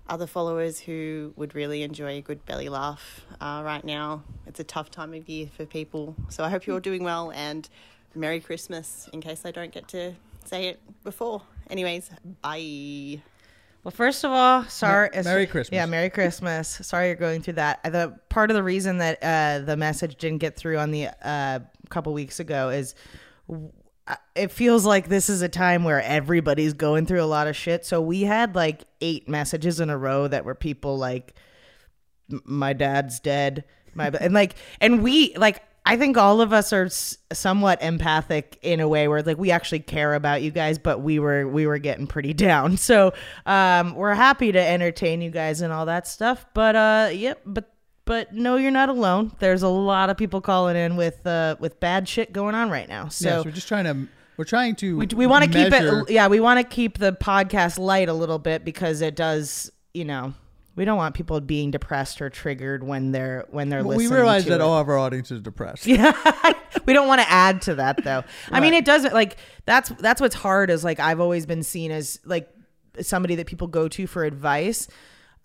other followers who would really enjoy a good belly laugh uh, right now. It's a tough time of year for people, so I hope you're all doing well and Merry Christmas in case I don't get to say it before. Anyways, bye. Well, first of all, sorry. Mer- Merry Christmas. Yeah, Merry Christmas. Sorry you're going through that. Uh, The part of the reason that uh, the message didn't get through on the uh, couple weeks ago is w- uh, it feels like this is a time where everybody's going through a lot of shit. So we had like eight messages in a row that were people like, "M- "My dad's dead," my and like, and we like. I think all of us are s- somewhat empathic in a way where like we actually care about you guys, but we were we were getting pretty (laughs) down. So um, we're happy to entertain you guys and all that stuff. But uh, yep, but but no, you're not alone. There's a lot of people calling in with uh, with bad shit going on right now. So yes, we're just trying to. We're trying to. we, we want to keep measure- it yeah we want to keep the podcast light a little bit because it does you know we don't want people being depressed or triggered when they're when they're Well, we listening realize to that it. all of our audience is depressed. (laughs) yeah we don't want to add to that though i mean it doesn't like that's that's what's hard is like i've always been seen as like somebody that people go to for advice.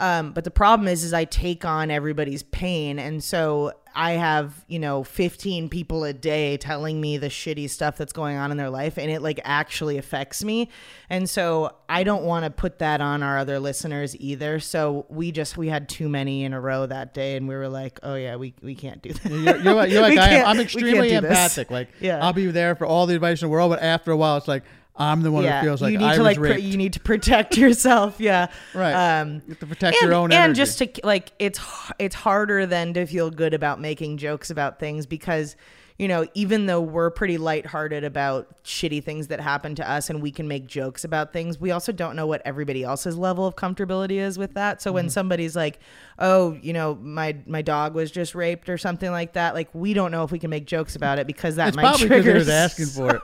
Um, but the problem is, is I take on everybody's pain, and so I have you know 15 people a day telling me the shitty stuff that's going on in their life, and it like actually affects me, and so I don't want to put that on our other listeners either. So we just we had too many in a row that day, and we were like, oh yeah, we we can't do that. You're, you're like, (laughs) you're like We I am. can't- I'm we can't extremely do this. empathic. Like, Yeah. I'll be there for all the advice in the world, but after a while, it's like I'm the one Yeah, that feels like you need I to was like raped. pr- you need to protect (laughs) yourself. Yeah, Right. Um, to protect and, your own and energy. just to like it's h- it's harder than to feel good about making jokes about things because you know even though we're pretty lighthearted about shitty things that happen to us and we can make jokes about things, we also don't know what everybody else's level of comfortability is with that. So Mm-hmm. when Mhm. somebody's like, "Oh, you know, my my dog was just raped" or something like that, like we don't know if we can make jokes about it because that it's might probably because trigger he was asking for (laughs) it.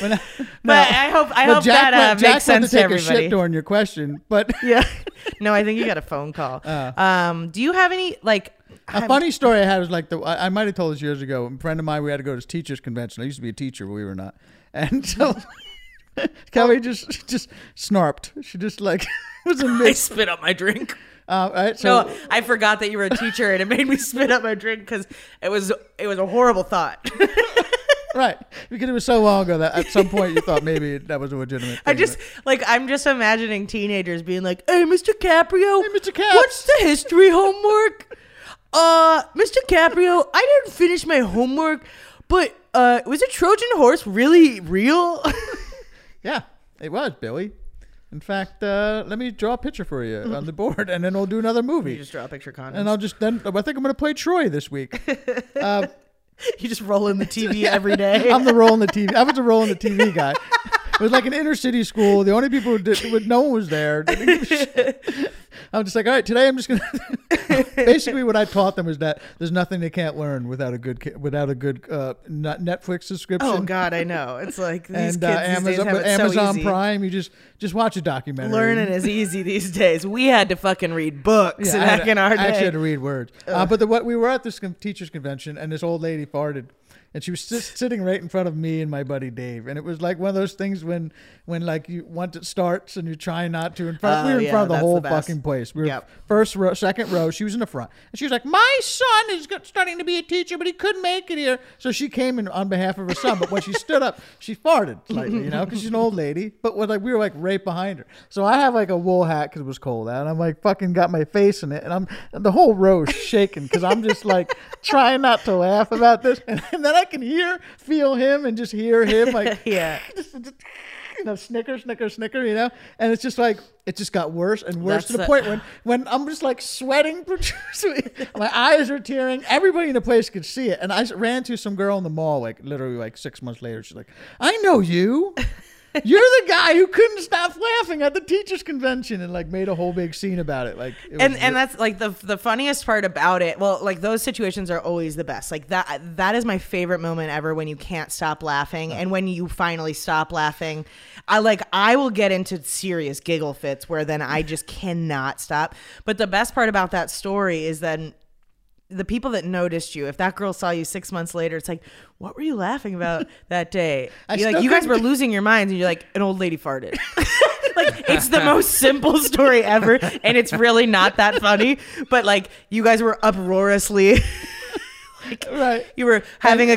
but I hope I But hope Jack that uh, went- Jack makes went sense to, to, take everybody. A shit during your question, but (laughs) yeah, no, I think you got a phone call. um, do you have any like Uh. A funny story I had was like the I, I might have told this years ago. A friend of mine, we had to go to this teachers convention. I used to be a teacher, but we were not. And (laughs) so Oh. Kelly just just snarped. She just like (laughs) was a I mix. spit up my (laughs) drink. Uh, all right, so So I forgot that you were a teacher, and it made me (laughs) spit up my drink because it was it was a horrible thought. (laughs) right because it was so long ago that at some point you thought maybe that was a legitimate. (laughs) I thing, just like I'm just imagining teenagers being like, "Hey, Mr. Caprio, hey, Mr. what's the history homework?" Uh, Mr. Caprio, I didn't finish my homework, but uh, was a Trojan horse really real? (laughs) but- yeah, it was Billy. In fact, uh, let me draw a picture for you (laughs) on the board, and then we'll do another movie. You just draw a picture, Connor, and I'll just then I think I'm going to play Troy this week. Uh, (laughs) you just roll (laughs) in the TV every day. I'm the roll in the TV. I was the roll in the TV guy. It was like an inner city school. The only people who did, would no one was there. Didn't give a shit. I'm just like, all right, today I'm just gonna. (laughs) Basically, what I taught them was that there's nothing they can't learn without a good ca- without a good uh, not- Netflix subscription. (laughs) Oh God, I know. It's like these and kids uh, these days Amazon, have with it so Amazon easy. Prime, you just just watch a documentary. Learning is easy these days. We had to fucking read books Yeah, I had back to- in our day. I actually had to read words. Uh, Ugh. but the, what we were at this con- teachers convention, and this old lady farted, and she was just sitting right in front of me and my buddy Dave, and it was like one of those things when when like you once it starts and you try not to in front. we Oh, were in yeah, front of the that's whole the best. fucking place. We were Yep. first row, second row. She was in the front, and she was like, "My son is go- starting to be a teacher, but he couldn't make it here." So she came in on behalf of her son. But when she stood up, she farted slightly, you know, because she's an old lady. But we're like we were like right behind her. So I have like a wool hat because it was cold out, and I'm like fucking got my face in it, and I'm and the whole row is shaking because I'm just like trying not to laugh about this, and, then I can hear, feel him, and just hear him like (laughs) yeah. you know, snicker, snicker, snicker, you know? And it's just like, it just got worse and worse That's to the, the- point when, when I'm just like sweating (laughs) profusely. My eyes are tearing. Everybody in the place could see it. And I s- ran to some girl in the mall, like literally like six months later. She's like, I know (laughs) you. You're the guy who couldn't stop laughing at the teachers' convention and like made a whole big scene about it. Like, it was and ri- and that's like the the funniest part about it. Well, like those situations are always the best. Like that that is my favorite moment ever when you can't stop laughing and when you finally stop laughing. I like I will get into serious giggle fits where then I just cannot stop. But the best part about that story is then the people that noticed you, if that girl saw you six months later, it's like, what were you laughing about (laughs) that day? I You're like, still you guys were couldn't- losing your minds, and you're like, an old lady farted. (laughs) like, it's the most simple story ever, and it's really not that funny. But like, you guys were uproariously. (laughs) right. You were having a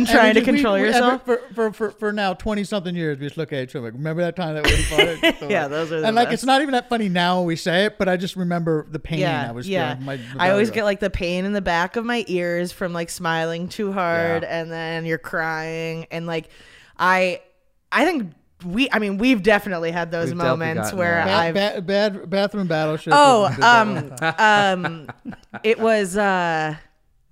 And we trying to just- we- control we- ever- yourself. for, for, for, for now 20 something years we just look at each other like remember that time that we (laughs) farted So, Yeah, like- those are the and like best. it's not even that funny now when we say it but I just remember the pain yeah, I was yeah. feeling my, I always belly get like the pain in the back of my ears from like smiling too hard, Yeah. and then you're crying, and like I, I think we, I mean, we've definitely had those We've definitely moments gotten where that. I've Ba- ba- bad bathroom battleship (laughs) Oh, was a um, big um, it was uh,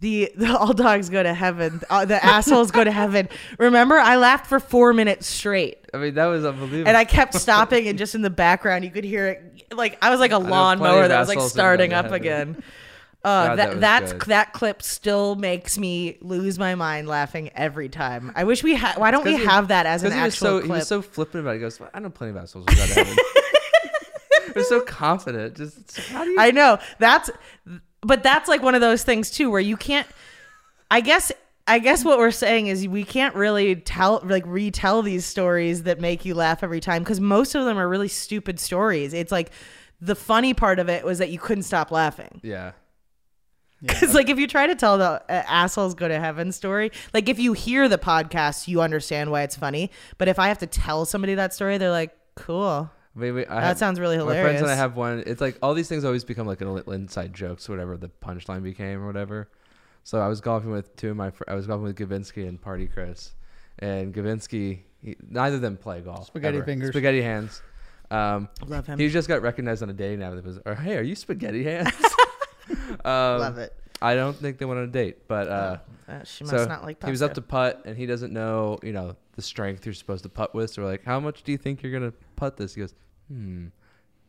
the, the all dogs go to heaven, uh, the assholes go to heaven. Remember, I laughed for four minutes straight, I mean, that was unbelievable. and (laughs) I kept stopping, and just in the background, you could hear it. Like I was like a I know plenty lawnmower of that was like assholes that go to starting up heaven. (laughs) again. Uh, God, that that was that's good. that clip still makes me lose my mind laughing every time. I wish we had. Why don't we It's 'cause he- have that as an 'cause he was actual so, clip? He was so flippant about it. He goes, well, I know plenty of assholes without (laughs) heaven. he was so confident. Just it's- how do you? I know that's, but that's like one of those things too where you can't. I guess I guess what we're saying is we can't really tell, like, retell these stories that make you laugh every time because most of them are really stupid stories. It's like the funny part of it was that you couldn't stop laughing. Yeah. Because, like, if you try to tell the uh, assholes go to heaven story, like, if you hear the podcast, you understand why it's funny. But if I have to tell somebody that story, they're like, cool. Maybe I That have- sounds really My friends and I hilarious. have one. It's like all these things always become like an inside jokes, whatever the punchline became or whatever. So I was golfing with two of my. Fr- I was golfing with Gavinsky and Party Chris, and Gavinsky. He, neither of them play golf. Spaghetti ever. fingers. Spaghetti hands. Um, Love him. He just got recognized on a dating app that was, or, "Hey, are you spaghetti (laughs) hands?" um, Love it. I don't think they went on a date, but uh, uh, she so must not like He was up pasta. to putt, and he doesn't know, you know, the strength you're supposed to putt with. So we're like, "How much do you think you're gonna putt this?" He goes, "Hmm,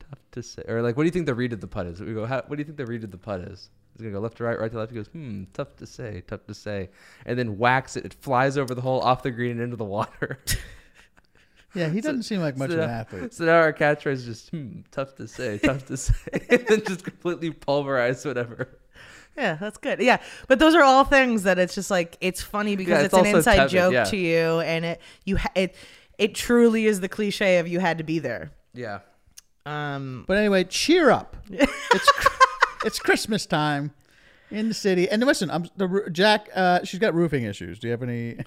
tough to say." Or like, "What do you think the read of the putt is?" We go, How, "What do you think the read of the putt is?" He's gonna go left to right, right to left. He goes, "Hmm, tough to say, tough to say," and then whacks it. It flies over the hole, off the green, and into the water. (laughs) Yeah, he doesn't seem like much of an now- athlete. So now our catchphrase is just hmm, tough to say, tough to say, (laughs) and then just completely pulverize whatever. Yeah, that's good. Yeah, but those are all things that it's just like it's funny because it's it's, an also inside tepid, joke yeah. to you, and it you ha- it it truly is the cliche of you had to be there. Yeah. Um. But anyway, cheer (laughs) up. it's it's Christmas time in the city. And listen, I'm the roo- Jack. Uh, she's got roofing issues. Do you have any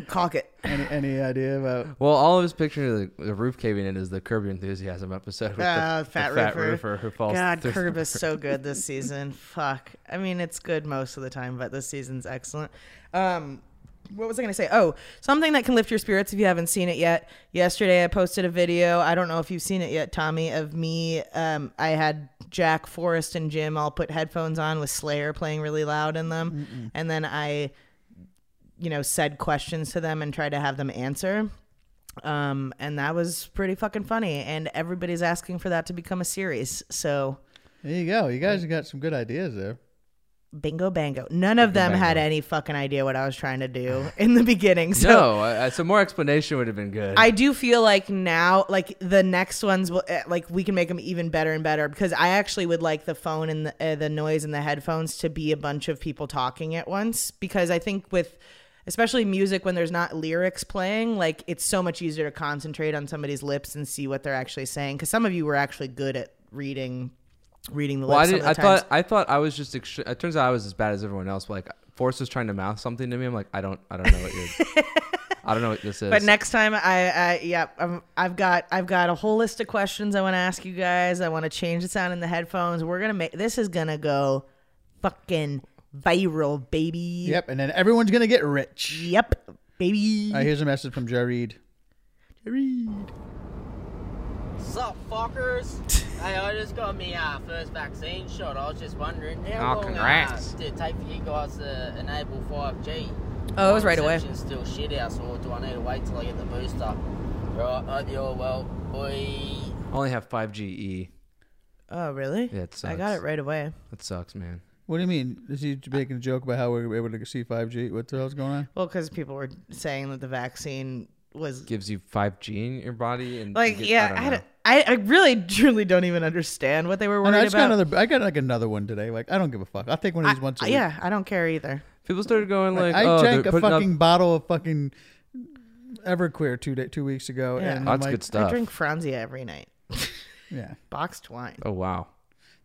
(laughs) cock it? Any any idea about? Well, all I was picturing of the, the roof caving in is the Curb Your Enthusiasm episode with Ah, the, the fat, fat roofer. roofer who falls. God, through the Curb is roof. so good this season. Fuck. I mean, it's good most of the time, but this season's excellent. Um, what was I going to say? Oh, something that can lift your spirits if you haven't seen it yet. Yesterday, I posted a video. I don't know if you've seen it yet, Tommy, of me. Um, I had Jack, Forrest, and Jim all put headphones on with Slayer playing really loud in them. Mm-mm. And then I you know, said questions to them and tried to have them answer. Um, and that was pretty fucking funny. And everybody's asking for that to become a series. So there you go. You guys have got some good ideas there. Bingo bango. None of them had any fucking idea what I was trying to do in the (laughs) beginning. (laughs) So no, I, I- so more explanation would have been good. I do feel like now, like the next ones, will eh, like we can make them even better and better because I actually would like the phone and the, uh, the noise and the headphones to be a bunch of people talking at once because I think with especially music when there's not lyrics playing, like it's so much easier to concentrate on somebody's lips and see what they're actually saying because some of you were actually good at reading reading the well, I, lips. didn't, some I of the times. thought I thought I was just. Ext- it turns out I was as bad as everyone else. But like, Force was trying to mouth something to me. I'm like, I don't, I don't know what (laughs) you're. I don't know what this is. But next time, I, I yeah, I'm, I've got I've got a whole list of questions I want to ask you guys. I want to change the sound in the headphones. We're gonna make this is gonna go fucking viral, baby. Yep, and then everyone's gonna get rich. Yep, baby. All right, here's a message from Jared. Jared. Sup, fuckers? hey, I just got my uh, first vaccine shot. I was just wondering Oh, how long congrats. Uh, did it take for you guys to enable 5G? Oh, it was right away. Reception's still shit house, or do I need to wait till I get the booster? Right, hope you're well, boy. I only have five GE. Oh really? Yeah, it sucks. I got it right away. That sucks, man. What do you mean? Is he making a joke about how we were able to see 5G? What the hell's going on? Well, because people were saying that the vaccine was Gives you five G in your body and you like, get- yeah, don't I, know. don't- I, I really truly don't even understand what they were Oh, no, I worried just about. got another. I got like another one today. Like I don't give a fuck. I'll take one of these once a week. yeah, oh, I don't care either. People started going "Oh, Like, I drank a fucking bottle of fucking Everqueer two day, two weeks ago. Yeah. and Oh, That's I'm good like, stuff. I drink Franzia every night. Yeah. (laughs) boxed wine. Oh wow.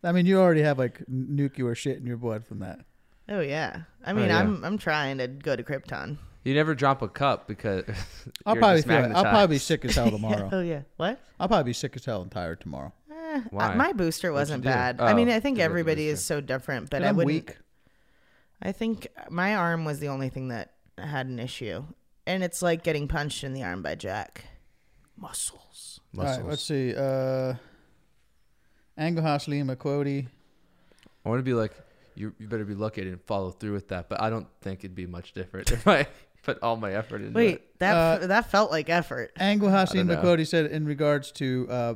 I mean, you already have like n- nuclear shit in your blood from that. Oh yeah. I Oh, mean, yeah. I'm I'm trying to go to Krypton. You never drop a cup because (laughs) I'll you're probably just feel. it. I'll probably be magnetized. sick (laughs) as hell tomorrow. Oh yeah. What? I'll probably be sick as hell and tired tomorrow. Eh, uh, Why? my booster What'd wasn't you do? bad. I mean, Oh, I think you got the everybody is so different, but And I I'm wouldn't. weak. I think my arm was the only thing that had an issue, and it's like getting punched in the arm by Jack. Muscles. All right, let's see. Uh, Angohas Lima Quody. I want to be like you. You better be lucky I didn't follow through with that, but I don't think it'd be much different (laughs) if I put all my effort into it. Wait, Uh, that that felt like effort. Angohas I don't Lima know. Quody said in regards to uh,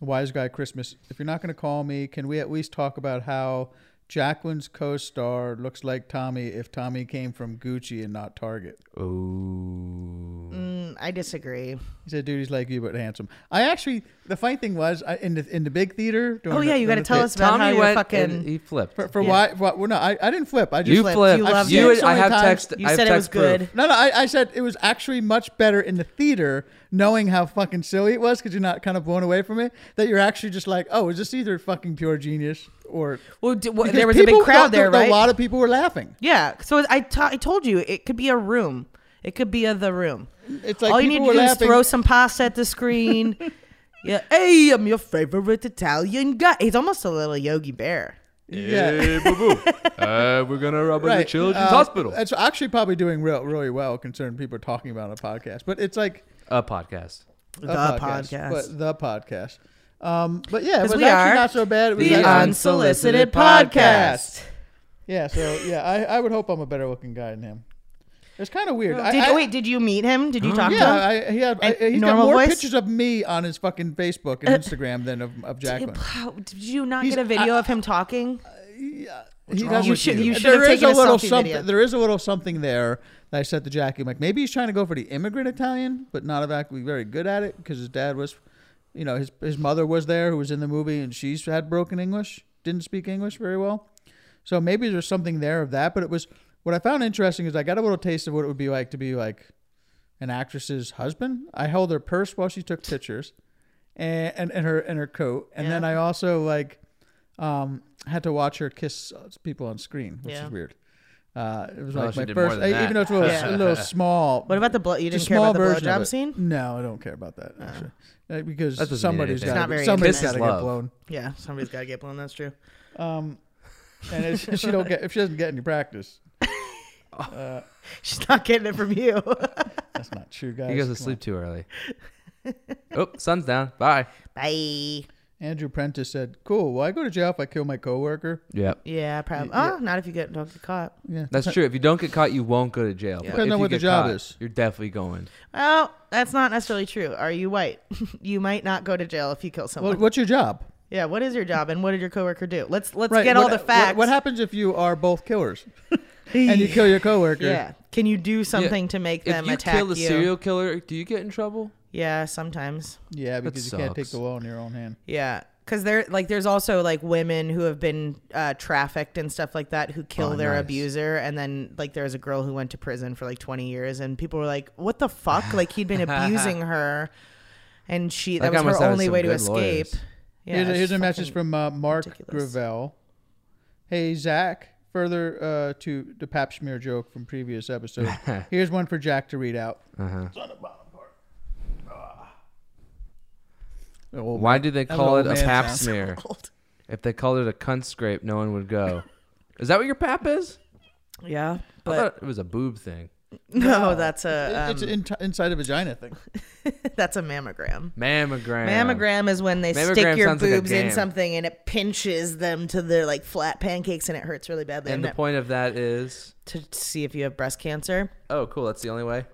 Wise Guy Christmas, if you're not going to call me, can we at least talk about how Jacqueline's co-star looks like Tommy if Tommy came from Gucci and not Target. Ooh. Mm, I disagree. He said, "Dude, he's like you, but handsome." I actually, the funny thing was, I, in the in the big theater. during Oh, yeah, the- you during gotta the tell pit- us about Tommy how you went fucking- and he flipped. For, for Yeah. why? What? Well, no, I, I didn't flip. I just You flipped. You I've loved seen it. it You- so I many have times. text- You I have said it was text proof. good. No, no, I, I said it was actually much better in the theater, knowing how fucking silly it was, because you're not kind of blown away from it. That you're actually just like, oh, is this either fucking pure genius or? Well, d- wha- Because there was a big people- crowd there- there, there- right? A lot of people were laughing. Yeah. So I to- I told you it could be a room. It could be a the room. It's like all you need people to do were is laughing. throw some pasta at (laughs) the screen. yeah. Hey, I'm your favorite Italian guy. He's almost a little Yogi Bear. Yeah. (laughs) boo boo. uh, we're gonna rob a children's uh, hospital. It's actually probably doing real, really well, considering people are talking about it on a podcast. But it's like A podcast. a The podcast. but the podcast. Um, but yeah, it 'Cause was we actually are not so bad. It was the actually- Unsolicited Podcast. Yeah, so yeah, I, I would hope I'm a better looking guy than him. It's kind of weird. I- did, I- wait, did you meet him? Did you talk yeah, to him? I, he had, I, And he's got normal more voice? Uh, pictures of me on his fucking Facebook and Instagram than of, of Jacqueline. How- did you not He's- get a video of him talking? He wrong doesn't- with You should- you? you should There have is taken a little selfie something. video. There is a little something there that I said to Jackie. I'm like, maybe he's trying to go for the immigrant Italian, but not exactly very good at it because his dad was, you know, his his mother was there who was in the movie and she's had broken English, didn't speak English very well. So maybe there's something there of that. But it was what I found interesting is I got a little taste of what it would be like to be like an actress's husband. I held her purse while she took pictures, and and, and her and her coat, and then I also like um had to watch her kiss people on screen, which Yeah. is weird. Uh, it was Well, like she my did more first, than I- even though that. it's a little, Yeah. a little (laughs) small. What about the blow- you it's a didn't care about small the version of blowjob it. scene? Oh. No, I don't care about that actually, Uh, because That doesn't mean somebody's anything. got to It's not be, very somebody's got to intimate. This get is love. blown. Yeah, somebody's got to get blown. That's true. (laughs) Um, and if if she don't get if she doesn't get any practice, uh, She's not getting it from you. (laughs) that's not true, guys. (laughs) You guys Come are on. sleep too early. oh, sun's down. Bye. Bye. Andrew Prentice said, "Cool. Well, I go to jail if I kill my coworker." Yep. Yeah, probably. Oh, not if you get don't get caught. Yeah. That's true. If you don't get caught, you won't go to jail. But Depends if on you what the get job caught, is. You're definitely going. Oh, that's not necessarily true. Are you white? (laughs) you might not go to jail if you kill someone. Well, what's your job? yeah. What is your job, and what did your coworker do? Let's let's Right, get what- all the what- facts. What, happens if you are both killers (laughs) and you kill your coworker? Yeah. Can you do something to make if them you attack kill a you? serial killer, do you get in trouble? yeah, sometimes. Yeah, That because you can't take sucks. the law in your own hand. Yeah, because there like there's also like women who have been uh, trafficked and stuff like that who kill Oh, their nice. abuser, and then like there was a girl who went to prison for like 20 years, and people were like, "What the fuck?" Like (laughs) he'd been abusing her, and she That that, guy was must her have only some way to good lawyers. escape. Yeah, here's a, it's here's a message fucking- from uh, Mark ridiculous. Gravel. Hey Zach, further uh, to the pap smear joke from previous (laughs) episode. here's one for Jack to read out. Ah. Uh-huh. Oh, Why do they that call old it a man pap sounds- smear? If they called it a cunt scrape, no one would go. is that what your pap is? Yeah, I but thought it was a boob thing. no, that's (laughs) a It- it's um, an in- inside a vagina thing. that's a mammogram. Mammogram. Mammogram is when they Mammogram stick your sounds like a boobs in game. something and it pinches them to their like flat pancakes and it hurts really badly. And And the that- point of that is, to see if you have (laughs) breast cancer. (laughs) oh, cool. That's the only way.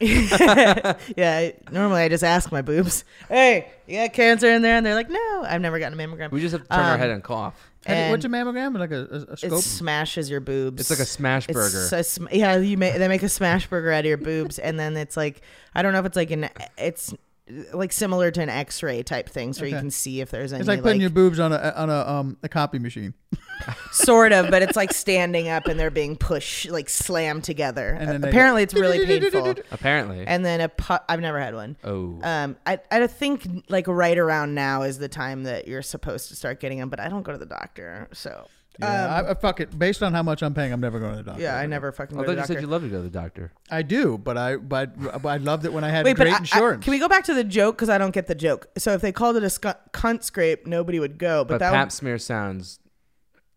Yeah, I- normally I just ask my boobs, "Hey, you got cancer in there?" And they're like, "No, I've never gotten a mammogram." We just have to turn our Um, head and cough. And And what's a mammogram? Like a, a, a it scope? smashes your boobs. It's like a smash It's burger. a sm- yeah, you make they make a smash burger out of your boobs, and then it's like I don't know if it's like an it's like similar to an X-ray type thing, so you Okay. can see if there's any It's like putting your boobs on a on a um a copy machine. sort of, but it's like standing up and they're being pushed like slammed together. And then they- Apparently, it's really painful. Apparently. And then a pu- I've never had one. oh. Um, I I think like right around now is the time that you're supposed to start getting them, but I don't go to the doctor, so Yeah, I, I fuck it. Based on how much I'm paying, I'm never going to the doctor. Um, yeah, I never fucking go I to the thought you doctor. said you loved to go to the doctor. I do, but I but, but I loved it when I had Wait, but great I- I- insurance. can we go back to the joke? Because I don't get the joke. So if they called it a scu- cunt scrape, nobody would go. But, But, that pap smear sounds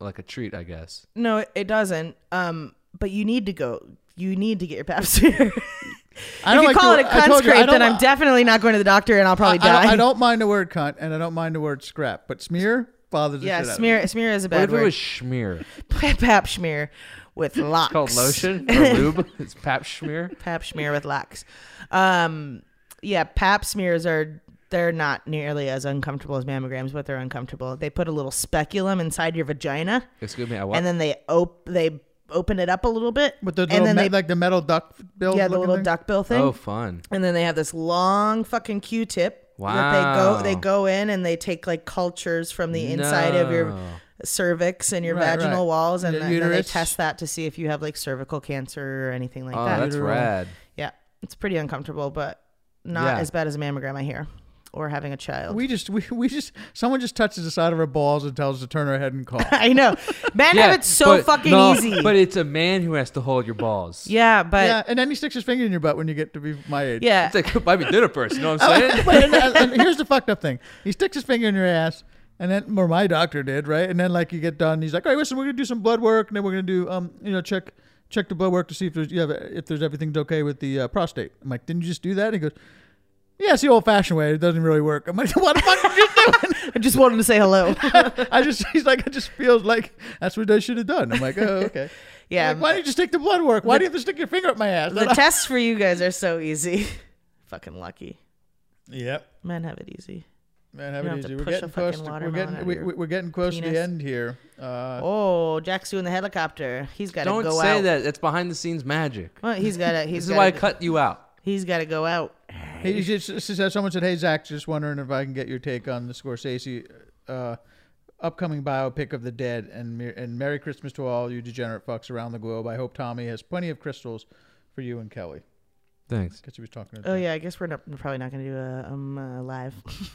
like a treat, I guess. would, no, it, it doesn't. Um, but you need to go. You need to get your pap (laughs) smear. I if you like call the- it a I cunt told you, I scrape, then don't- I'm definitely not going to the doctor, and I'll I, probably I die. don't, I don't mind the word cunt, and I don't mind the word scrap, but smear bothers the shit yeah, out of me. smear smear is a What bad if it word. was schmear? (laughs) pap smear (laughs) with locks. It's called lotion or (laughs) lube. It's pap schmear. pap smear with lax. Um, yeah, pap smears are They're not nearly as uncomfortable as mammograms, but they're uncomfortable. They put a little speculum inside your vagina, Excuse me. I what? and then they op- they open it up a little bit with the and little then me- they like the metal duck bill. yeah the little thing? duck bill thing. Oh, fun. And then they have this long fucking Q-tip. Wow. That they go they go in and they take like cultures from the inside of your No. cervix and your Right, right. vaginal walls, and Your then then they uterus. test that to see if you have like cervical cancer or anything like Oh, that. that's Uteral. rad. Yeah, it's pretty uncomfortable, but not Yeah. as bad as a mammogram, I hear, or having a child. We just (laughs) we, we just someone just touches the side of our balls and tells us to turn our head (laughs) and cough. (laughs) I know, men have it so but- fucking no, easy. But it's a man who has to hold your balls. yeah, but yeah, and then he sticks his finger in your butt when you get to be my age. Yeah. It's like, (laughs) buy me dinner first. You know what (laughs) Oh, I'm saying? but and, uh, and here's the fucked up thing: he sticks his finger in your ass, and then, or my doctor did, right? And then like you get done, he's like, "All right, listen, we're gonna do some blood work, and then we're gonna do um, you know, check check the blood work to see if there's you have if there's everything's okay with the uh, prostate." I'm like, "Didn't you just do that?" And he goes. Yeah, it's the old-fashioned way. It doesn't really work. I'm like, what the fuck did you do? (laughs) I just wanted to say hello. I just, he's like, it just feels like that's what they should have done. I'm like, oh, (laughs) okay. Yeah. Like, why don't you just take the blood work? Why The- do you have to stick your finger up my ass? (laughs) the tests for you guys are so easy. (laughs) fucking lucky. Yep. Men have it easy. Man, have You it don't have to easy. We're push a getting fucking close. To, we're watermelon out getting of we, your we- we're getting close to the penis. end here. Uh, Oh, Jack's doing the helicopter. He's got to Don't go say out. that. That's behind the scenes magic. Well, (laughs) he's got to. This He's is why I gotta- cut you out. He's got to go out. Hey, you just, just said- someone said, "Hey Zach, just wondering if I can get your take on the Scorsese uh, upcoming biopic of the Dead." And mer- and Merry Christmas to all you degenerate fucks around the globe. I hope Tommy has plenty of crystals for you and Kelly. Thanks. Because he was talking. To Oh yeah, I guess we're, not, we're probably not going to do a um uh, live.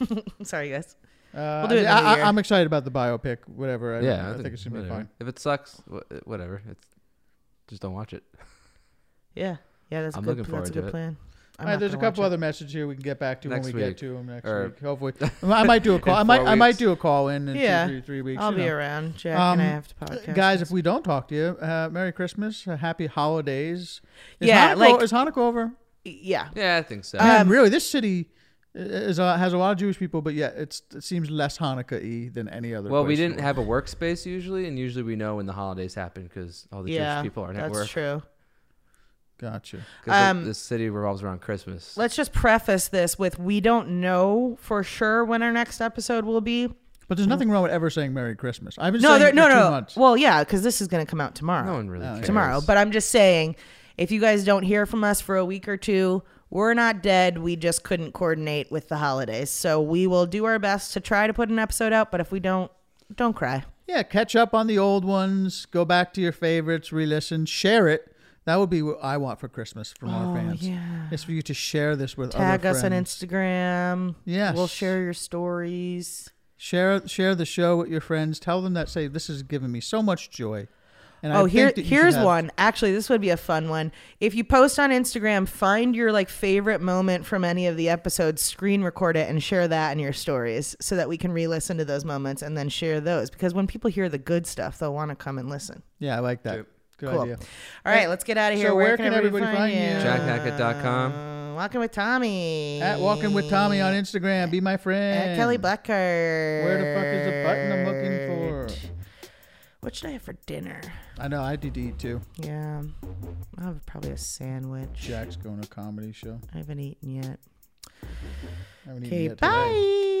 (laughs) Sorry guys. Uh, we'll do it. I, another year. I, am excited about the biopic. Whatever. I, yeah, I, think, it's gonna be whatever. fine. If it sucks, wh- whatever. It's just don't watch it. (laughs) yeah, yeah. That's a I'm good. looking That's a forward to good it. plan. I'm All right, not there's a gonna watch couple it. other messages here we can get back to Next when we week, get to them next or- week. Hopefully, I might do a (laughs) In call. I might four I might weeks. do a call in in two, Yeah, three, three weeks. Um, I'll you be know. around, Jack, and I have to podcast Guys, if we don't talk to you, uh, Merry Christmas, uh, Happy Holidays. Is Yeah, Hanukkah, like- um, is Hanukkah over? Yeah. Yeah, I think so. Man, really, this city is uh, has a lot of Jewish people, but yeah, it's it seems less Hanukkah y than any other. well, we place in didn't the have a workspace usually, and usually we know when the holidays happen because all the Yeah, Jewish people aren't at that's work. true. Gotcha. Because Um, the, city revolves around Christmas. Let's just preface this with we don't know for sure when our next episode will be. But there's nothing wrong with ever saying Merry Christmas. I've been Mm. no, saying there, it no, for two no. months. Well, yeah, because this is going to come out tomorrow. No one really Oh, cares. tomorrow. But I'm just saying, if you guys don't hear from us for a week or two, we're not dead. We just couldn't coordinate with the holidays, so we will do our best to try to put an episode out. But if we don't, don't cry. Yeah, catch up on the old ones, go back to your favorites, re-listen, share it. That would be what I want for Christmas from Oh, our fans. yeah. It's for you to share this with Tag other us on friends. Instagram. Yes. we'll share your stories. Share share the show with your friends. Tell them that say this has given me so much joy. And oh, I here, think that you should here's have- one. Actually, this would be a fun one. If you post on Instagram, find your like favorite moment from any of the episodes, screen record it, and share that in your stories so that we can re-listen to those moments and then share those. Because when people hear the good stuff, they'll want to come and listen. Yeah, I like that. Good Cool. idea. All right, let's get out of here. So where can everybody, everybody find find, you? you? JackHackett.com. Uh, Walking with Tommy. At Walking with Tommy on Instagram. Be my friend. At Kelly Blackheart. Where the fuck is the button I'm looking for? What should I have for dinner? I know I did eat too. Yeah, I'll have probably a sandwich. Jack's going to a comedy show. I haven't eaten yet. I haven't eaten Okay, yet today. bye.